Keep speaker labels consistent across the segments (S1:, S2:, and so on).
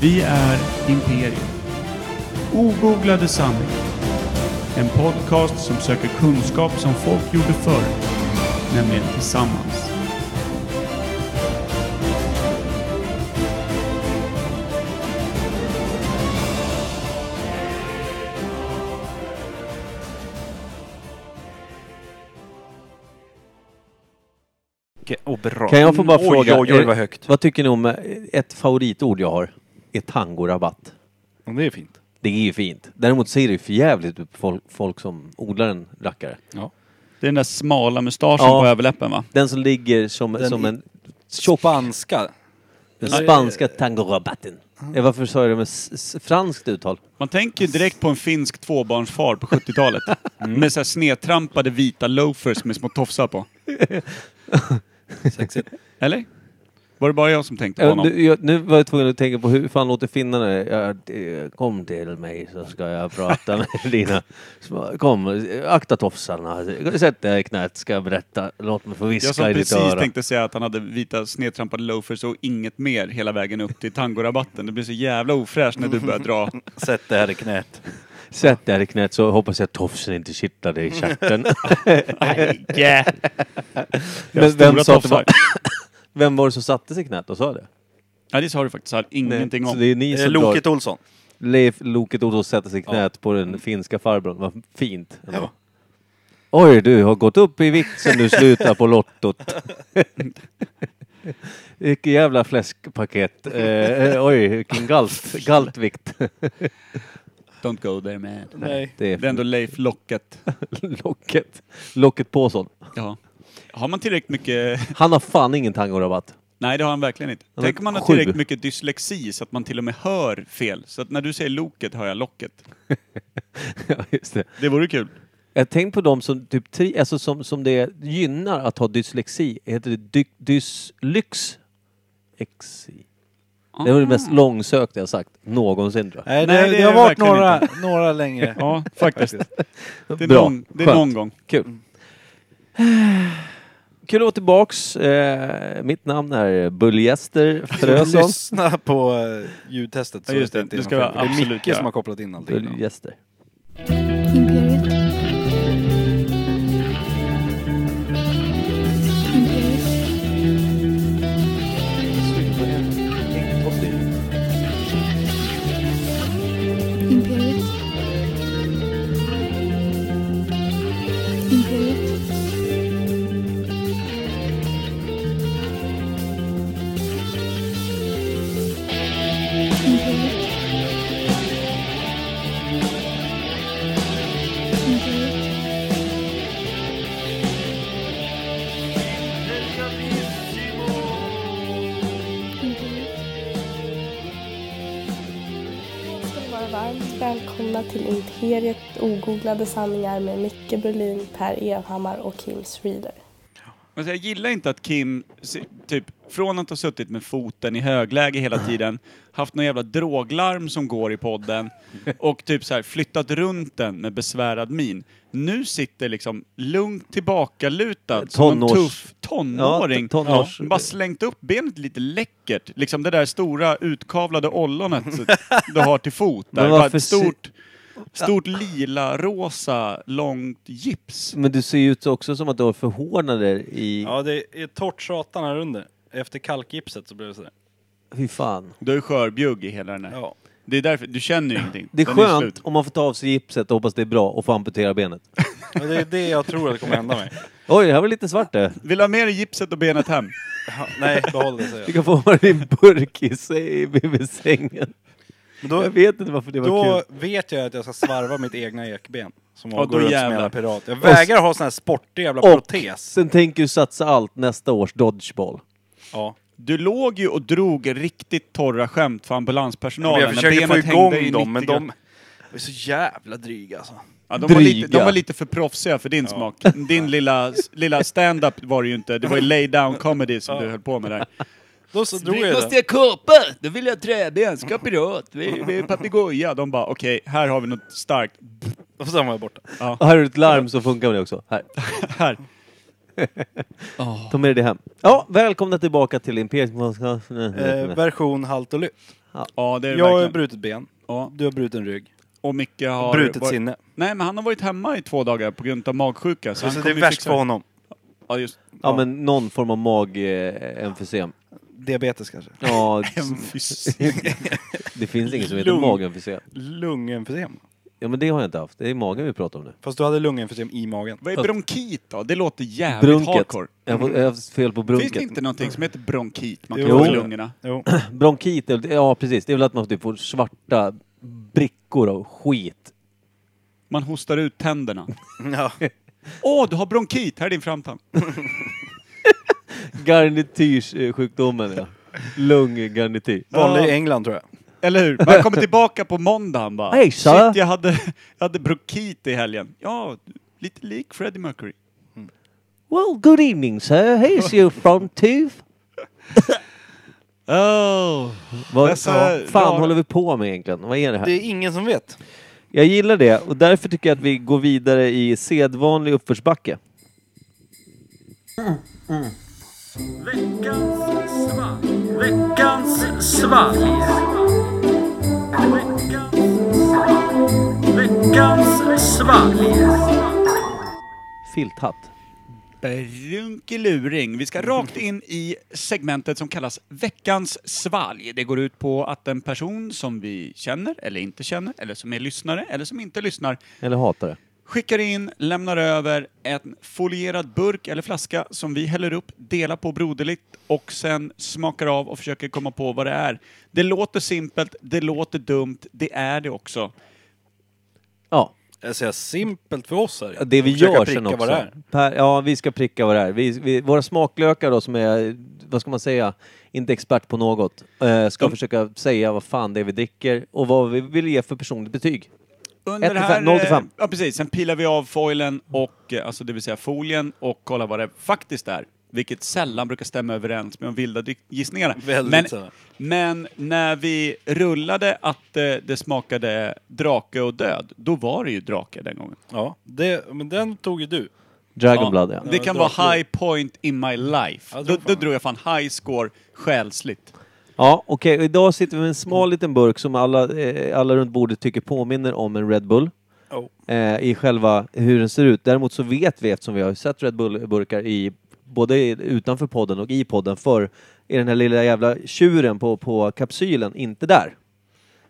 S1: Vi är Imperium. Ogooglade sanningar. En podcast som söker kunskap som folk gjorde förr, nämligen tillsammans.
S2: Okej, åh, bra.
S3: Kan jag få bara
S2: Mm,
S3: fråga,
S2: Oj, oj, oj, vad
S3: eh,
S2: högt.
S3: vad tycker ni om eh, ett favoritord jag har? Är tangorabatt.
S4: Ja, det är fint.
S3: Det är ju fint. Däremot ser det ju för jävligt ut på folk, folk som odlar en rackare.
S1: Det är den där smala mustaschen
S3: Ja.
S1: på överläppen va?
S3: Den som ligger som,
S4: Den
S3: som
S4: i-
S3: en tjock,
S4: Spanska.
S3: den spanska tangorabatten.
S4: Mm.
S3: Eh, Varför sa jag det med s- s- franskt uttal?
S1: Man tänker ju direkt på en finsk tvåbarnsfar på 70-talet. Med så här snedtrampade vita loafers med små tofsar på.
S4: Sexigt.
S1: Eller? Var det bara jag som tänkte på
S3: Eh,
S1: honom?
S3: Nu, jag, nu var jag tvungen att tänka på hur fan låter finnarna? Jag, eh, kom till mig så ska jag prata med dina... små- Kom, eh, akta tofsarna. Sätt dig i knät ska jag berätta. Låt mig få
S1: Jag
S3: viska
S1: som
S3: i ditt
S1: precis
S3: öra.
S1: tänkte säga att han hade vita snedtrampade loafers och inget mer hela vägen upp till tangorabatten. Det blir så jävla ofräscht när du börjar dra.
S4: Sätt det här i knät.
S3: Sätt dig här i knät så hoppas jag att tofsen inte kittlar dig i
S1: Mm.
S3: stjärten. Men
S1: Stora
S3: vem, sa att det
S1: tofsar.
S3: var, vem var det som satte sig i knät och sa det?
S1: Ja, det sa du faktiskt Al, ingenting
S3: Nej,
S1: om.
S3: Så det är ni
S4: Eh,
S3: som
S4: Loket
S3: drar.
S4: Olsson.
S3: Leif Loket Olsson sätter sig i knät på den finska farbrorn. Vad fint. ändå. Oj, du har gått upp i vikt sen du slutade på Lottot. Vilket jävla fläskpaket. Eh, oj, vilken galt, galtvikt.
S1: Don't go there man.
S4: Nej.
S3: Det
S1: Det är
S3: är
S1: ändå Leif Locket.
S3: locket. Locket Påsson.
S1: Ja. Har man tillräckligt mycket...
S3: Han har fan ingen tangorabatt.
S1: Nej, det har han verkligen inte.
S3: Han har
S1: Tänk om man har
S3: sju.
S1: tillräckligt mycket dyslexi så att man till och med hör fel. Så att när du säger Loket hör jag Locket.
S3: Ja, just det.
S1: Det vore kul.
S3: Jag tänker Eh, på de som, typ, tri, alltså som, som det gynnar att ha dyslexi. Heter det dy, dyslyx? Exi. Det var det mest långsökta jag sagt någonsin tror jag.
S5: Nej,
S1: Nej,
S5: det,
S1: det
S5: det,
S1: är
S5: har
S1: det
S5: varit
S1: verkligen
S5: några, några längre.
S1: Ja, faktiskt. Det är,
S3: Bra.
S1: någon, det är
S3: Skönt.
S1: någon gång.
S3: Kul. Kul att vara tillbaks. Eh, mitt namn är Buljester Frösson.
S5: Lyssna på eh, ljudtestet.
S1: Ja, just
S5: att
S1: det.
S5: inte är
S1: Det
S5: något
S1: ska vi
S5: fel. det är
S1: absolut
S5: Micke
S1: göra.
S5: som har kopplat in allting.
S3: Buljester.
S6: Imperiet. Imperiet. Imperiet. Imperiet. Imperiet. Imperiet. Imperiet.
S7: ska ni vara varmt välkomna till Imperiet ogooglade sanningar med Micke Berlin, Per Evhammar och Kim Schreeder.
S1: Men så jag gillar inte att Kim, se- typ, från att ha suttit med foten i högläge hela tiden, haft någon jävla droglarm som går i podden och typ så här flyttat runt den med besvärad min. Nu sitter liksom lugnt tillbakalutad som en
S3: Tonårs-
S1: tuff tonåring.
S3: Ja, t- tonårs-
S1: Ja, bara slängt upp benet lite läckert. Liksom det där stora utkavlade ollonet så- du har till fot. Där.
S3: Men
S1: Bara
S3: varför
S1: ett
S3: se-
S1: stort, stort lila, rosa, långt gips.
S3: Men du ser ju ut också som att du har förhårdnader i...
S5: Ja, det är torrt satan här under. Efter kalkgipset så blev det sådär.
S3: Fy fan.
S1: Du har ju skörbjugg i hela den här.
S5: Ja.
S1: Det är därför, du känner ju ingenting.
S3: Det är
S1: Den slut.
S3: skönt om man får ta av sig gipset och hoppas det är bra och få amputera benet.
S5: Men det är det jag tror att kommer hända mig.
S3: Oj, det här var lite svart det.
S1: Vill du ha med dig gipset och benet hem?
S5: Ja, nej, behåll det säger
S3: Du
S5: jag.
S3: kan få ha din burk i sig vid sängen.
S5: Men då,
S3: jag vet inte varför det var
S5: då
S3: kul.
S5: vet jag att jag ska svarva mitt egna ekben. Som
S1: Ja,
S5: ja,
S1: då
S5: går runt som en
S1: jävlar.
S5: jävla pirat. Jag vägrar ha sån här sportig jävla
S3: Och-
S5: protes.
S3: Sen tänker du satsa allt nästa års dodgeball.
S5: Ja.
S1: Du låg ju och drog riktigt torra skämt för ambulanspersonalen.
S5: Men jag
S1: när
S5: försöker få
S1: benet hängde i
S5: igång dem, men
S1: 90
S5: de de är så jävla dryga alltså.
S1: Ja, de, var lite, de
S3: Dryga.
S1: var lite för proffsiga för din smak. Din lilla, lilla stand-up var det ju inte. Det var ju lay down comedy som du höll på med där.
S5: Då så drog jag det.
S1: jag kapa! Då vill jag träben, ska pirat, vi, vi är papegoja. De bara, okej, här har vi något starkt.
S5: Och sen var jag borta.
S3: Och här är ett larm som funkar med det också. Här.
S1: Här. Oh.
S3: Ta med dig hem. Ja, välkomna tillbaka till Imperiet.
S5: Eh, version halt och lytt.
S1: Ja, det är det
S5: Jag har
S1: verkligen.
S5: brutit ben.
S1: Ja.
S5: Du har brutit rygg.
S1: Och Micke har...
S5: Brutit
S1: varit...
S5: sinne.
S1: Nej, men han har varit hemma i två dagar på grund av magsjuka. Så,
S5: Så,
S1: han
S5: det
S1: kommer
S5: är
S1: ju
S5: värst
S1: fixa-
S5: för honom.
S1: Ja, just
S3: Ja, men någon form av magemfysem.
S5: Diabetes kanske.
S3: Ja,
S1: Emfys.
S3: det finns inget som heter
S5: Lung.
S3: magemfysem.
S5: Lungenfysem.
S3: Ja, men det har jag inte haft. Det är magen vi pratar om nu.
S5: Fast du hade lungenfysem i magen.
S1: Vad är bronkit då? Det låter jävligt
S3: Brunket.
S1: hardcore.
S3: Jag har fått- jag har haft fel på brunket.
S1: Finns det inte någonting som heter bronkit? Man
S5: Jo.
S1: kan få i
S5: Jo.
S1: lungorna.
S5: Jo.
S3: Bronkit, är väl- ja precis. Det är väl att man typ får svarta brickor av skit.
S1: Man hostar ut tänderna.
S5: Ja.
S1: Åh, du har bronkit! Här är din framtand.
S3: Garnityrssjukdomen ja. Lunggarnityr.
S5: Vanlig i England tror jag.
S1: Eller hur? Man kommer tillbaka på måndag han bara.
S3: Hej,
S1: Shit,
S3: sa.
S1: jag hade, jag hade bronkit i helgen. Ja, lite lik Freddie Mercury.
S3: Well, good evening sir. Here's your front tooth.
S1: Oh.
S3: Vad
S1: Dessa
S3: fan
S1: rara-
S3: håller vi på med egentligen? Vad är det här?
S5: Det är ingen som vet.
S3: Jag gillar det och därför tycker jag att vi går vidare i sedvanlig uppförsbacke. Filthatt.
S1: Brunkeluring. Vi ska rakt in i segmentet som kallas Veckans svalg. Det går ut på att en person som vi känner eller inte känner, eller som är lyssnare eller som inte lyssnar,
S3: Eller hatare.
S1: skickar in, lämnar över en folierad burk eller flaska som vi häller upp, delar på broderligt och sen smakar av och försöker komma på vad det är. Det låter simpelt, det låter dumt, det är det också.
S3: Ja,
S5: Jag säger simpelt för oss här.
S3: det vi
S5: Försöka
S3: gör
S5: pricka
S3: sen också.
S5: vad det är.
S3: Per, ja, vi ska pricka vad det är. Vi, vi, våra smaklökar då som är, vad ska man säga, inte expert på något, eh, ska
S1: De-
S3: försöka säga vad fan det är vi dricker och vad vi vill ge för personligt betyg.
S1: Under
S3: Ett
S1: det
S3: till
S1: här,
S3: fem, noll till fem.
S1: eh, Ja, precis. Sen pilar vi av foilen, och, eh, alltså det vill säga folien, och kollar vad det faktiskt är. Vilket sällan brukar stämma överens med de vilda dy- gissningarna.
S5: Väldigt
S1: men,
S5: sällan.
S1: men när vi rullade att eh, det smakade drake och död, då var det ju drake den gången.
S5: Ja, det, men den tog ju du.
S3: Dragon Blood, ja.
S1: Det kan
S5: Ja,
S1: vara
S5: drake.
S1: high point in my life.
S5: Ja, det
S1: då,
S5: var
S1: då
S5: fan.
S1: drog jag fan high score själsligt.
S3: Ja, okej. Och Idag sitter vi med en smal liten burk som alla, eh, alla runt bordet tycker påminner om en Red Bull.
S5: Oh.
S3: Eh, I själva hur den ser ut. Däremot så vet vi, eftersom vi har sett Red Bull-burkar i, både i- utanför podden och i podden för är den här lilla jävla tjuren på, på kapsylen inte där.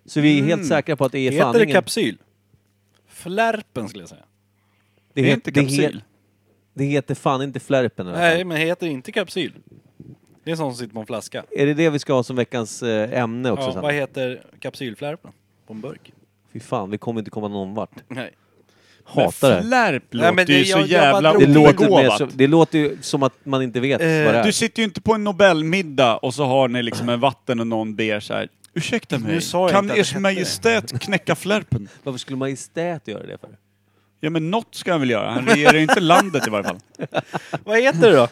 S3: Så vi är helt säkra på att det är
S5: Mm. Heter
S3: fan
S5: det
S3: ingen...
S5: kapsyl? Flärpen skulle jag säga.
S3: det,
S1: Det är
S3: het-
S1: inte
S3: det,
S1: kapsyl.
S3: he- det heter fan inte flärpen i alla fall.
S5: Nej, men heter det inte kapsyl? Det är sån som sitter på en flaska.
S3: Är det det vi ska ha som veckans eh, ämne också?
S5: Ja,
S3: sen?
S5: vad heter kapsylflärpen? På en burk?
S3: Fy fan, vi kommer inte komma någon vart.
S5: Nej.
S3: Hatar det.
S1: Men flärp
S5: Nej,
S1: låter
S5: men det-
S1: ju så
S5: jag- jag bara
S1: jävla
S5: drog-
S3: Det låter, mer
S1: obegåvat.
S3: som, det låter ju som att man inte vet vad det är.
S1: Du sitter ju inte på en Nobelmiddag och så har ni liksom en vatten och någon ber så här. Ursäkta mig,
S5: Nu sa jag
S1: kan
S5: inte att det
S1: ers
S5: hette
S1: majestät knäcka flärpen?
S3: Varför skulle Majestät göra det för?
S1: Ja men något ska han väl göra, han regerar ju inte landet i varje fall.
S5: Vad heter det då?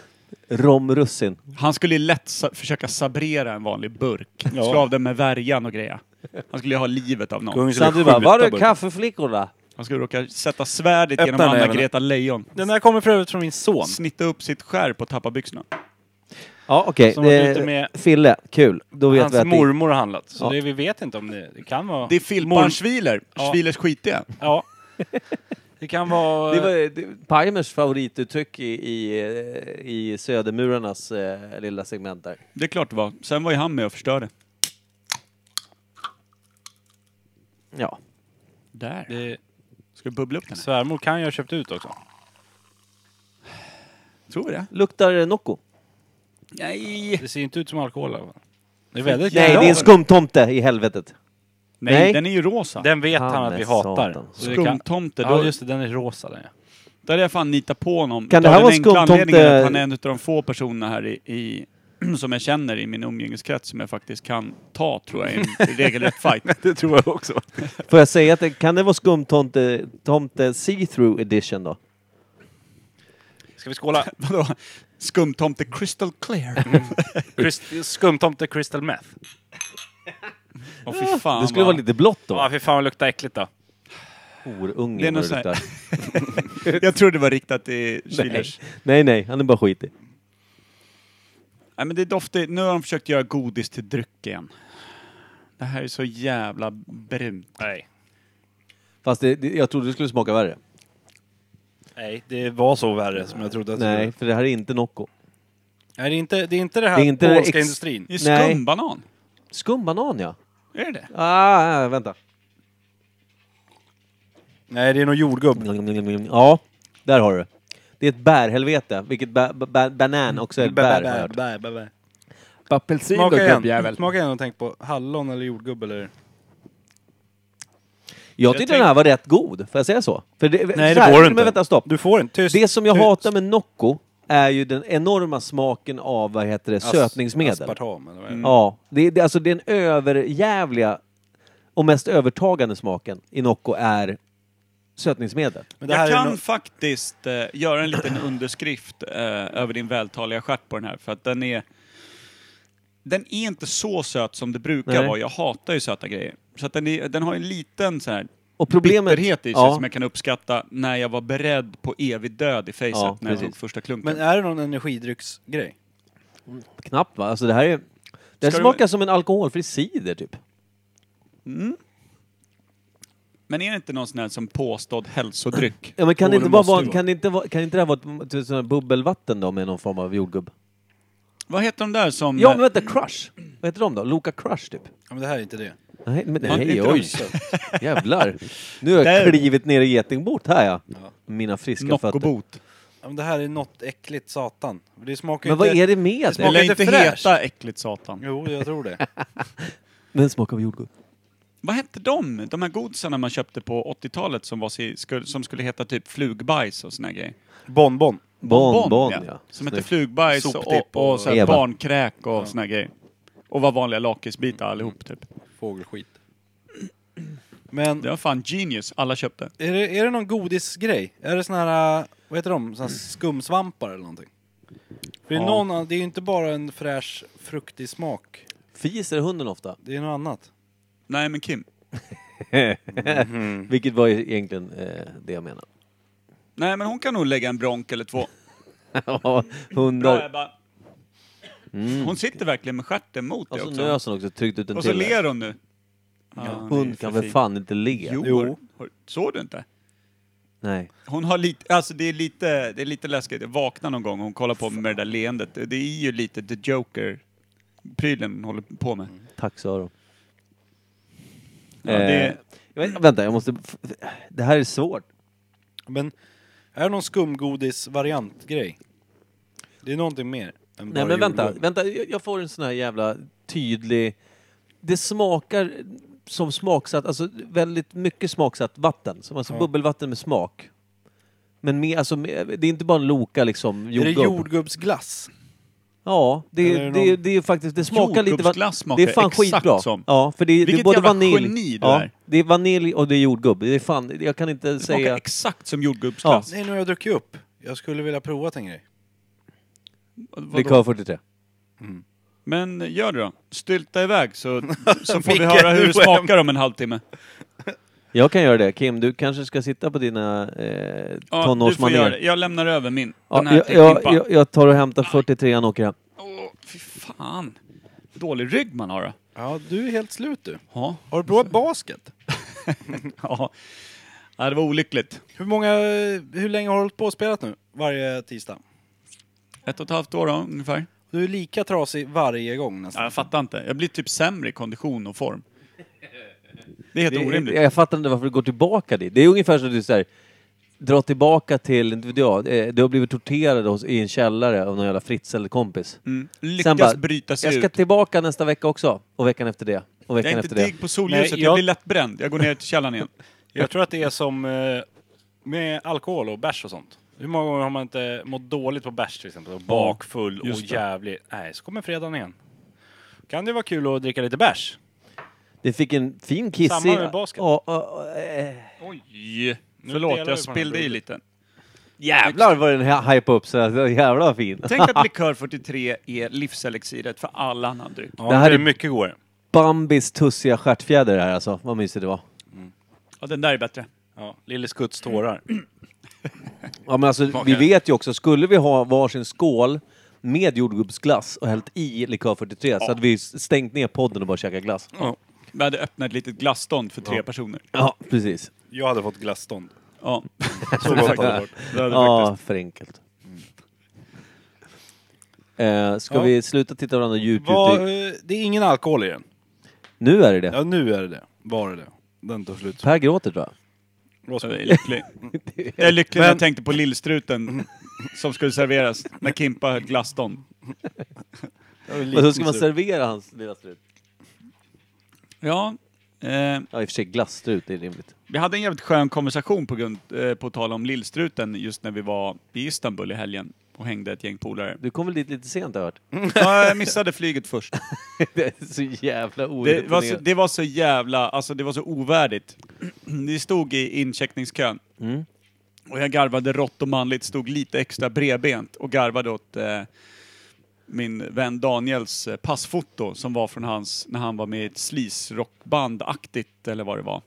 S3: Romrussin.
S1: Han skulle ju lätt sa- försöka sabrera en vanlig burk. Slå av den med värjan och grejer. Han skulle ju ha livet av någon.
S3: Sandra bara, var är kaffeflickorna?
S1: Han skulle råka sätta svärdet
S5: Öppna
S1: genom
S5: näven.
S1: Anna-Greta Lejon.
S5: Den här kommer för övrigt från min son.
S1: Snitta upp sitt skär på tapparbyxorna.
S3: Ja okej,
S5: Som var
S3: Eh,
S5: ute med-
S3: Fille, kul. Då vet
S5: Hans
S3: vi att det...
S5: mormor har handlat. Så
S3: Ja.
S5: det, vi vet inte om det, det kan vara...
S1: Det är Filpan
S5: Morm-
S1: Schwiler.
S5: Ja.
S1: Schwilers skitiga.
S5: Ja. Det kan vara...
S3: Det var det- Palmers favorituttryck i, i, eh, i Södermurarnas eh, lilla segment där.
S1: Det är klart det var. Sen var ju han med och förstörde.
S3: Ja.
S1: Där.
S5: det,
S1: Ska du bubbla upp den här?
S5: svärmor kan jag ha köpt ut också.
S1: Tror vi det?
S3: Luktar det Nocco?
S1: Nej!
S5: Det ser inte ut som alkohol i alla fall. Det är väldigt
S3: Nej,
S5: jävla-
S3: det är en skumtomte i helvetet.
S1: Nej,
S3: Nej.
S1: den är ju rosa.
S5: Den vet han,
S3: Fan
S5: att vi
S3: är
S5: hatar.
S3: satan.
S5: Så det kan-
S1: Skumtomte.
S5: Ja
S1: då,
S5: just det, den är rosa den ja.
S1: Där hade jag fan nitat på honom.
S3: Kan det
S1: Utav
S3: här
S1: den
S3: vara
S1: enkla
S3: skumtomte-
S1: anledningen att Han är en av de få personerna här i, i som jag känner i min umgängeskrets som jag faktiskt kan ta, tror jag, i en regelrätt fight.
S5: Det tror jag också.
S3: Får jag säga att det, kan det vara skumtomte tomte see-through edition då?
S5: Ska vi skåla?
S1: Vadå? Skumtomte crystal clear.
S5: Christ- Skumtomte crystal meth.
S1: Åh fy fan
S3: Det skulle
S1: vad-
S3: vara lite blått då.
S5: Ja, fy fan vad luktar äckligt då.
S1: Det är
S3: horungen
S1: nog
S3: vad det
S1: så här-
S3: luktar.
S1: Jag tror det var riktat till
S3: Nej.
S1: Schillers.
S3: nej, nej, han är bara skitig.
S1: Nej men det doftar, nu har de försökt göra godis till dryck igen. Det här är så jävla brunt.
S5: Nej.
S3: Fast det, det, jag trodde det skulle smaka värre.
S5: Nej, det var så värre som jag trodde att det
S3: Nej,
S5: var.
S3: för det här är inte Nocco.
S5: Nej, det är inte det, är inte det här
S3: Det är inte det
S5: polska
S3: ex-
S5: industrin.
S1: Det är
S3: Nej.
S1: skumbanan.
S3: Skumbanan ja.
S1: Är det det?
S3: Ah, ah, vänta.
S5: Nej, det är nog jordgubb.
S3: Ja, där har du det. Det är ett bärhelvete, vilket ba- ba- ba- banan också är ett bär. har jag hört.
S5: bär, bär, bär.
S2: Apelsin och
S5: Smaka
S2: gubbjävel.
S5: igen. Smaka igen och tänk på hallon eller jordgubb eller...
S3: Jag tyckte den här var rätt god, får jag säga så? För det,
S5: Nej,
S3: så
S5: det
S3: här,
S5: går
S3: men
S5: inte.
S3: Vänta, stopp.
S5: Du får inte. Tyst.
S3: Det som jag
S5: Tyst.
S3: hatar med Nocco är ju den enorma smaken av, vad heter det,
S5: As-
S3: sötningsmedel. Mm.
S5: Aspartam eller
S1: Mm.
S5: vad är det?
S3: Ja, det, det, alltså den överjävliga och mest övertagande smaken i Nocco är sötningsmedel.
S5: Men det här
S1: Jag
S5: är
S1: kan
S5: nog-
S1: faktiskt eh, göra en liten underskrift eh, över din vältaliga stjärt på den här, för att den är... Den är inte så söt som det brukar
S3: Nej.
S1: vara. Jag hatar ju söta grejer. Så att den, är, den har en liten så här
S3: Och problemet...
S1: bitterhet i sig
S3: ja,
S1: som jag kan uppskatta när jag var beredd på evig död i facet
S3: Ja,
S1: när jag
S3: precis. eh,
S1: tog första klunken.
S5: Men är det någon energidrycksgrej?
S3: Knappt va? Alltså det här är... Den
S1: Ska du-
S3: smakar som en alkoholfri cider typ.
S1: Men är det inte någon sån här som påstådd hälsodryck?
S3: Ja, men kan,
S1: Jo,
S3: det inte
S1: det
S3: bara
S1: måste
S3: vara,
S1: det vara.
S3: kan, det inte vara, kan inte det här vara ett typ, sån här bubbelvatten då med någon form av jordgubb?
S1: Vad heter de där som...
S3: Ja men vänta, Crush! Vad heter de då? Loka Crush typ?
S5: Ja, men det här är inte det.
S3: Nej, men
S1: Ja, det är
S3: nej
S1: inte
S3: oj! Jävlar! Nu har jag
S1: Där.
S3: klivit ner i getingbot här ja. Mina friska fötter.
S1: Noccobot.
S5: Ja, men det här är något äckligt satan. Det smakar ju
S3: Men vad
S5: inte...
S3: är det med
S1: Det
S5: smakar
S3: det?
S1: lär
S5: lite
S1: inte
S5: fräscht.
S1: heta Äckligt Satan.
S5: Jo, jag tror det.
S3: Men smak av jordgubb.
S1: Vad hette de? De här godisarna man köpte på 80-talet som, var, si- skulle- som skulle heta typ flugbajs och såna grejer.
S5: Bonbon.
S3: Bonbon ja.
S1: Som hette flugbajs och, och,
S5: Soptipp
S1: och
S5: och-
S1: så här
S3: Eva.
S1: barnkräk och såna grejer. Och var vanliga lakritsbitar allihop typ.
S5: Fågelskit. Men
S1: Det var fan genius, alla köpte.
S5: är det, är det någon godisgrej? Är det sån här, äh, vad heter de, sån här skumsvampar eller någonting? För det, är
S1: Ja.
S5: någon, annan- det är ju inte bara en fräsch fruktig smak.
S3: Fiser hunden ofta?
S5: Det är något annat.
S1: Nej men Kim. Mhm.
S3: Vilket var ju egentligen eh, det jag menade.
S1: Nej men hon kan nog lägga en bronk eller två.
S3: Ja,
S1: Bra
S3: Hundar.
S1: Ebba. Hon sitter verkligen med stjärten mot
S3: Och
S1: dig
S3: så
S1: också.
S3: nös hon också, tryckte ut en
S1: Och så
S3: till.
S1: ler hon nu. Ja, det är
S3: Hund
S1: för
S3: kan väl
S1: fint.
S3: fan inte le?
S1: Jo.
S5: Jo.
S1: hör- hör- Såg du inte?
S3: Nej.
S1: Hon har lite, alltså det är lite, det är lite läskigt. Jag vaknar någon gång och hon kollar på mig med det där leendet. Det är ju lite the Joker-prylen hon håller på med.
S3: Tack sa de. Eh,
S1: Ja, det,
S3: jag vet, vänta, jag måste... f- f- Det här är svårt.
S5: Men är det någon skumgodisvariantgrej? Det är någonting mer. Än
S3: Nej
S5: bara
S3: men vänta,
S5: jordgubb.
S3: vänta, jag jag får en sån här jävla tydlig... Det smakar som smaksatt, alltså väldigt mycket smaksatt vatten. Som alltså bubbelvatten med smak. Men mer, alltså, mer- det är inte bara en Loka liksom,
S5: Är det
S3: jordgubb.
S5: jordgubbsglass?
S3: Ja, det,
S5: Eller är
S3: det,
S5: det
S3: det,
S5: någon-
S3: är faktiskt, det smakar lite... va-
S1: Jordgubbsglass smakar
S3: det är fan
S1: exakt
S3: skitbra.
S1: som.
S3: Ja, för det, är- det är
S1: Vilket
S3: både
S1: jävla
S3: vanilj...
S1: geni du
S3: ja,
S1: är.
S3: det är vanilj och det är jordgubb. Det är fan, Eh, jag kan inte
S1: det smakar
S3: säga...
S1: exakt som
S3: Alltså.
S1: jordgubbsglass.
S5: Nej, nu har jag druckit upp. Jag skulle vilja prova en grej.
S1: Vadå?
S3: Likör 43.
S1: Men gör det då. Stylta iväg så, så får vi
S5: Micke,
S1: höra hur
S5: du
S1: det
S5: får hem.
S1: smakar om en halvtimme.
S3: Jag kan göra det. Kim, du kanske ska sitta på dina eh,
S1: Ja, du får göra det.
S3: tonårsmanér.
S1: Jag lämnar över min.
S3: Ja,
S1: Den här
S3: jag,
S1: till Kimpa.
S3: jag, jag, jag tar och hämtar 43an och åker hem.
S1: Åh, fy fan. Dålig rygg man har då.
S5: Ja, du är helt slut du.
S1: Ja.
S5: Har du provat basket?
S1: ja. Ja, det var olyckligt.
S5: Hur många, hur länge har du hållit på och spelat nu? Varje tisdag?
S1: Ett och ett halvt år då, ungefär.
S5: Du är lika trasig varje gång
S1: Ja,
S5: nästan.
S1: jag fattar inte. Jag blir typ sämre i kondition och form. Det är helt
S3: Det,
S1: orimligt.
S3: jag fattar inte varför du går tillbaka dit. Det är ungefär som du säger dra tillbaka till, inte vet jag, eh, du har blivit torterad hos, i en källare av någon jävla Fritz eller kompis.
S1: Mm. Lyckas
S3: Sen bara,
S1: bryta sig
S3: Jag ska
S1: ut.
S3: tillbaka nästa vecka också. Och veckan efter det. Och
S1: Jag
S3: veckan
S1: är inte
S3: efter det.
S1: digg på solljuset,
S5: Nej,
S1: jag... typ
S5: jag-
S1: blir lättbränd. Jag går ner till källaren igen.
S5: Jag tror att det är som eh, med alkohol och bärs och sånt. Hur många gånger har man inte mått dåligt på bärs till exempel? Och bakfull och
S1: just det.
S5: jävlig. Nej, så kommer fredagen igen. Kan det vara kul att dricka lite bärs?
S3: Det fick en fin kiss
S5: Samma
S3: i-
S5: med basket.
S3: Ja, ja, ja, eh.
S1: Oj!
S5: Nu
S1: Förlåt,
S5: delar
S1: jag
S5: vi på den här
S1: spillde i
S5: burken.
S1: lite.
S3: Jävlar vad den här hype upp sig. Alltså, Jävlar vad fin.
S1: Tänk att likör 43 är livselixiret för all annan dryck.
S5: Ja,
S3: Det här
S5: det
S3: är-
S5: är mycket godare.
S3: Bambis tussiga stjärtfjäder här alltså. Vad mysigt det var.
S1: Ja, den där är bättre.
S5: Ja, Lille Skutts tårar.
S3: Ja, men alltså, vi vet ju också, skulle vi ha varsin skål med jordgubbsglass och hällt i likör 43 så hade vi stängt ner podden och bara käkat glass.
S1: Vi hade öppnat ett litet glasstånd för tre personer.
S3: Ja, precis.
S5: Jag hade fått glasstånd.
S1: Ja.
S5: Så gott hade det varit.
S1: Det hade
S3: Ja, för enkelt. Eh, ska
S5: Ja.
S3: vi sluta titta varandra djupt,
S5: Vad,
S3: djupt?
S5: eh,
S3: i-
S5: det är ingen alkohol i den.
S3: Nu är det det.
S5: Ja, nu är det det. Var det det. Den tog slut.
S3: Per gråter tror jag.
S1: Jag är lycklig. Jag är lycklig när jag tänkte på lillstruten som skulle serveras när Kimpa höll glasstånd.
S3: Men så ska man servera hans lilla strut.
S1: Ja, eh,
S3: Ja, i och för sig glasstrut, det är rimligt.
S1: vi hade en jävligt skön konversation på, grund, eh, på tal om lillstruten just när vi var i Istanbul i helgen och hängde ett gäng polare.
S3: Du kom väl dit lite sent har jag hört?
S1: Ja, jag missade flyget först.
S3: Det är så jävla
S1: Det var, så,
S3: oreponerat.
S1: det var så jävla, alltså det var så ovärdigt. Ni stod i incheckningskön. Och jag garvade rått och manligt, stod lite extra bredbent och garvade åt eh, min vän Daniels eh, passfoto som var från hans, när han var med i ett sleaze-rockband-aktigt eller vad det var.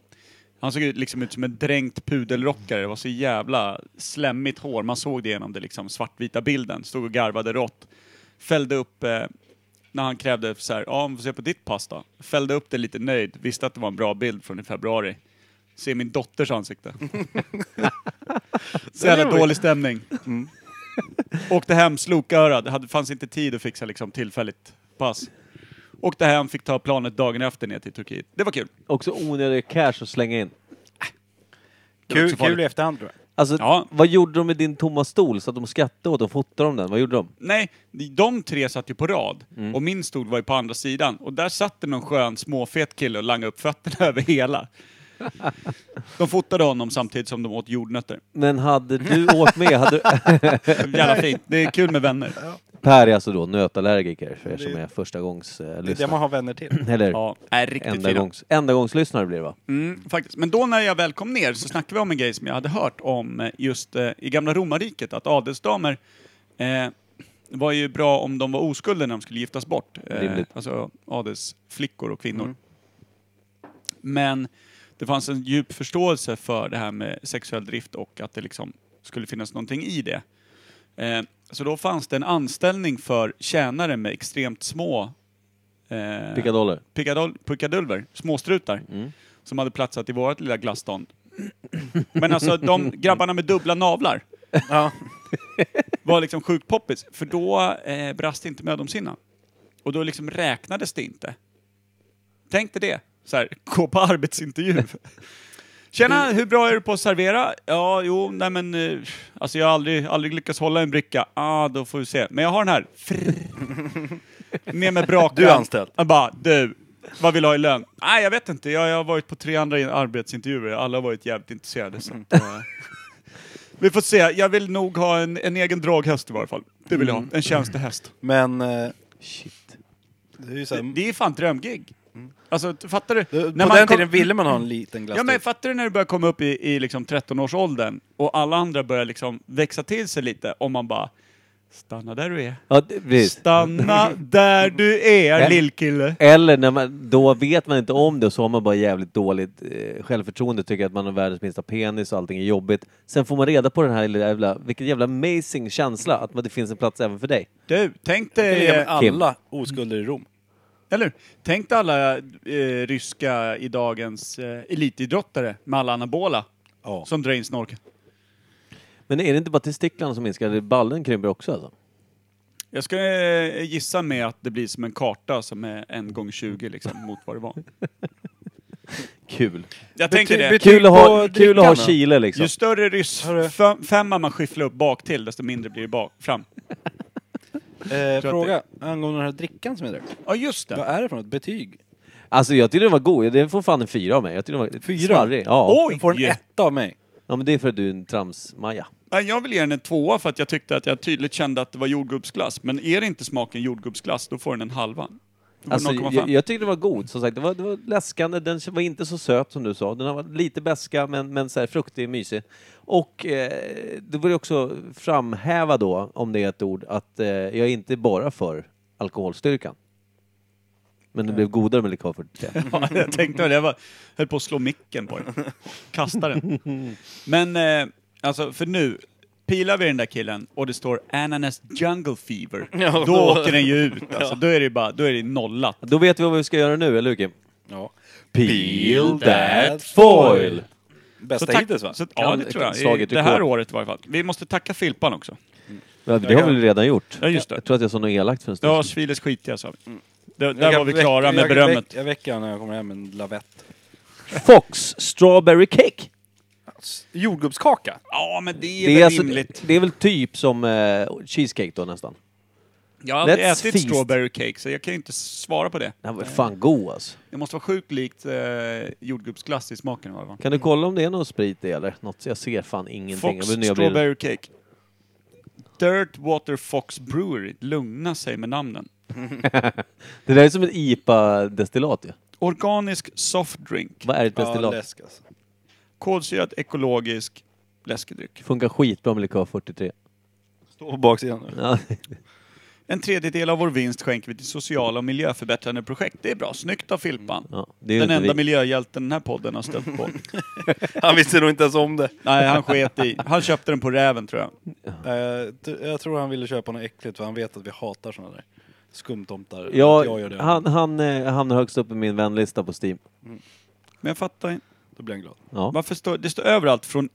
S1: Han såg ut, liksom ut som en dränkt pudelrockare, det var så jävla slemmigt hår, man såg det genom det liksom svartvita bilden. Stod och garvade rått. Fällde upp eh, när han krävde så här, ja, vi får se på ditt pass då. Fällde upp det lite nöjd, visste att det var en bra bild från i februari. Se min dotters ansikte. så jävla dålig stämning. Åkte hem, slokörad, hade, fanns inte tid att fixa liksom tillfälligt pass. Åkte hem, fick ta planet dagen efter ner till Turkiet. Det var kul.
S3: Också onödig cash att slänga in.
S5: Kul, kul i efterhand tror jag.
S3: Alltså,
S1: Ja.
S3: vad gjorde de med din tomma stol? Så att de skrattade åt den? Fotade de den? Vad gjorde de?
S1: Nej, de tre satt ju på rad och min stol var ju på andra sidan. Och där satt det någon skön småfet kille och langade upp fötterna över hela. De fotade honom samtidigt som de åt jordnötter.
S3: Men hade du åkt med, hade du...
S1: Jävla fint. Det är kul med vänner.
S3: Per är alltså då nötallergiker för er som är första gångs eh,
S5: Det är det
S3: lyssnare.
S5: man har vänner till.
S3: Eller
S1: Ja, är riktigt
S3: enda,
S1: fina.
S3: gångs, enda gångs lyssnare blir det va?
S1: Mm, faktiskt. Men då när jag väl kom ner så snackade vi om en grej som jag hade hört om eh, just eh, i gamla romarriket, att adelsdamer eh, var ju bra om de var oskulder när de skulle giftas bort. Eh,
S3: Rimligt.
S1: alltså adelsflickor och kvinnor. Men det fanns en djup förståelse för det här med sexuell drift och att det liksom skulle finnas någonting i det. Eh, så då fanns det en anställning för tjänare med extremt små eh,
S3: Piccadoller.
S1: pickadol- puckadulver, småstrutar, som hade platsat i vårt lilla glasstånd. Men alltså de grabbarna med dubbla navlar var liksom sjukt poppis, för då eh, brast inte mödomshinnan. Och då liksom räknades det inte. Tänk dig det, så här, gå på arbetsintervju. Tjena, hur bra är du på att servera? Ja, jo, nej men... eh, Alltså jag har aldrig, aldrig lyckats hålla en bricka. Ah, då får vi se. Men jag har den här. Frrrr. Ner med brakan.
S5: Du är anställd.
S1: Jag bara, du, vad vill du ha i lön? Nej, jag vet inte. Jag, jag har varit på tre andra in- arbetsintervjuer. Alla har varit jävligt intresserade. Så att, eh, vi får se. Jag vill nog ha en, en egen draghäst i varje fall. Det vill jag ha. En tjänstehäst.
S5: Men... eh,
S3: Shit.
S5: Det är ju så här,
S1: Det är fan drömgig. Alltså, t- fattar du?
S5: Mm. På
S1: När
S5: den
S1: man kom- Mm.
S5: tiden ville man ha en liten glass.
S1: Ja men fattar du när du börjar komma upp i, i liksom 13-årsåldern och alla andra börjar liksom växa till sig lite om man bara Stanna där du är.
S3: Ja, det, precis.
S1: Stanna där du är
S3: Nej.
S1: lillkille.
S3: Eller när man, då vet man inte om det och så har man bara jävligt dåligt eh, självförtroende, tycker att man har världens minsta penis och allting är jobbigt. Sen får man reda på den här lilla jävla, vilken jävla amazing känsla att man- det finns en plats även för dig.
S1: Du, tänk
S5: Det
S1: dig,
S5: är
S1: eh,
S5: alla oskulder i Rom.
S1: eller hur? Tänk dig alla eh, ryska i dagens eh, elitidrottare med alla anabola
S5: Ja.
S1: som drar in snorken.
S3: Men är det inte bara testiklarna som minskar? Ballen krymper också alltså?
S1: Jag ska eh, gissa med att det blir som en karta som är en gång 20 liksom mot vad det var.
S3: Kul.
S1: Jag tänker det.
S3: Kul
S5: Typ
S3: att
S5: på
S3: ha, kul att ha
S5: drickan, då?
S3: Chile liksom.
S1: Ju större ryssfemma man skyfflar upp bak till, desto mindre blir det bak, fram.
S5: Eh,
S1: att
S5: fråga angående den här drickan som är där.
S1: Ja, just det.
S5: Vad är det för något? Betyg?
S3: Alltså jag tyckte den var god, den får fan en fyra av mig. Jag tyckte den var
S5: Fyra?
S3: smarrig. Ja.
S1: Oj!
S5: Den får en etta av mig.
S3: ja men det är för att du är en trams-Maja.
S1: Nej, Jag vill ge den en tvåa för att jag tyckte att jag tydligt kände att det var jordgubbsglass. Men är det inte smaken jordgubbsglass, då får den en halva. Då får
S3: Alltså,
S1: den 0,5.
S3: jag, jag tyckte den var god, som sagt. Det var, det var läskande, den var inte så söt som du sa. Den var lite beska men, men så här fruktig, mysig. Och eh, det vill jag också framhäva då, om det är ett ord, att eh, jag är inte bara för alkoholstyrkan. Men det blev godare med likör 43.
S1: Ja, jag tänkte väl, jag bara höll på att slå micken på den. Kasta den. Men eh, alltså, för nu, pilar vi den där killen och det står Ananas Jungle Fever,
S5: Ja,
S1: då,
S5: då-
S1: åker den ju ut. Alltså, Då är det ju bara, då är det nollat.
S3: Då vet vi vad vi ska göra nu, eller hur Kim?
S5: Ja.
S3: Peel
S5: that
S3: foil!
S1: Så
S5: Bästa
S1: tack-
S5: hittills va?
S1: Så, att-
S3: Kan-
S1: ja, det tror jag. I
S3: slaget
S1: det här
S3: rekord.
S1: året i varje fall. Vi måste tacka Filpan också.
S3: Ja, det har vi väl redan gjort?
S1: Ja, just det.
S3: Jag tror att jag sa något elakt för en stund
S1: Ja,
S3: sedan.
S1: Sviles skitiga sa vi. Det,
S5: Mm. Jag
S1: där var vi
S5: väck-
S1: klara med
S5: jag
S1: berömmet.
S5: Väck, jag väcker honom när jag kommer hem med en lavett.
S3: Fox Strawberry Cake!
S5: Jordgubbskaka?
S1: Ja, men det är,
S3: Det är,
S1: väl
S3: alltså,
S1: rimligt.
S3: det är väl typ som eh, cheesecake då nästan.
S1: Jag har aldrig
S3: Let's
S1: ätit
S3: feast.
S1: strawberry cake, så jag kan ju inte svara på det. Eh,
S3: Den var fan god alltså.
S1: Det måste vara sjukt likt eh, jordgubbsglass i smaken. Var
S3: Kan du kolla om det är någon sprit i eller? Något, jag ser fan ingenting.
S1: Fox
S3: Jag blir- jag blir-
S1: Strawberry Cake. Dirt Water Fox Brewery. Lugna sig med namnen.
S3: Det där är som ett IPA-destillat ju.
S1: Organisk soft drink.
S3: Vad är ett destillat?
S5: läsk alltså.
S1: Kolsyrad ekologisk läskedryck.
S3: Funkar skitbra med likör 43.
S5: Står på baksidan nu.
S3: Ja,
S1: En tredjedel av vår vinst skänker vi till sociala och miljöförbättrande projekt. Det är bra. Snyggt av Filpan.
S3: ja, det är ju
S1: Den
S3: inte
S1: enda
S3: vi.
S1: miljöhjälten den här podden har stött på.
S5: Han visste nog inte ens om det.
S1: Nej, han sket i. Han köpte den på räven tror jag.
S5: Eh, t- jag tror han ville köpa något äckligt för han vet att vi hatar sådana där skumtomtar. Att jag gör
S3: Ja,
S5: det.
S3: han, han eh, hamnar högst upp i min vänlista på Steam.
S1: Men jag fattar inte.
S5: Då blir han glad.
S3: Ja.
S1: Varför står, det står överallt från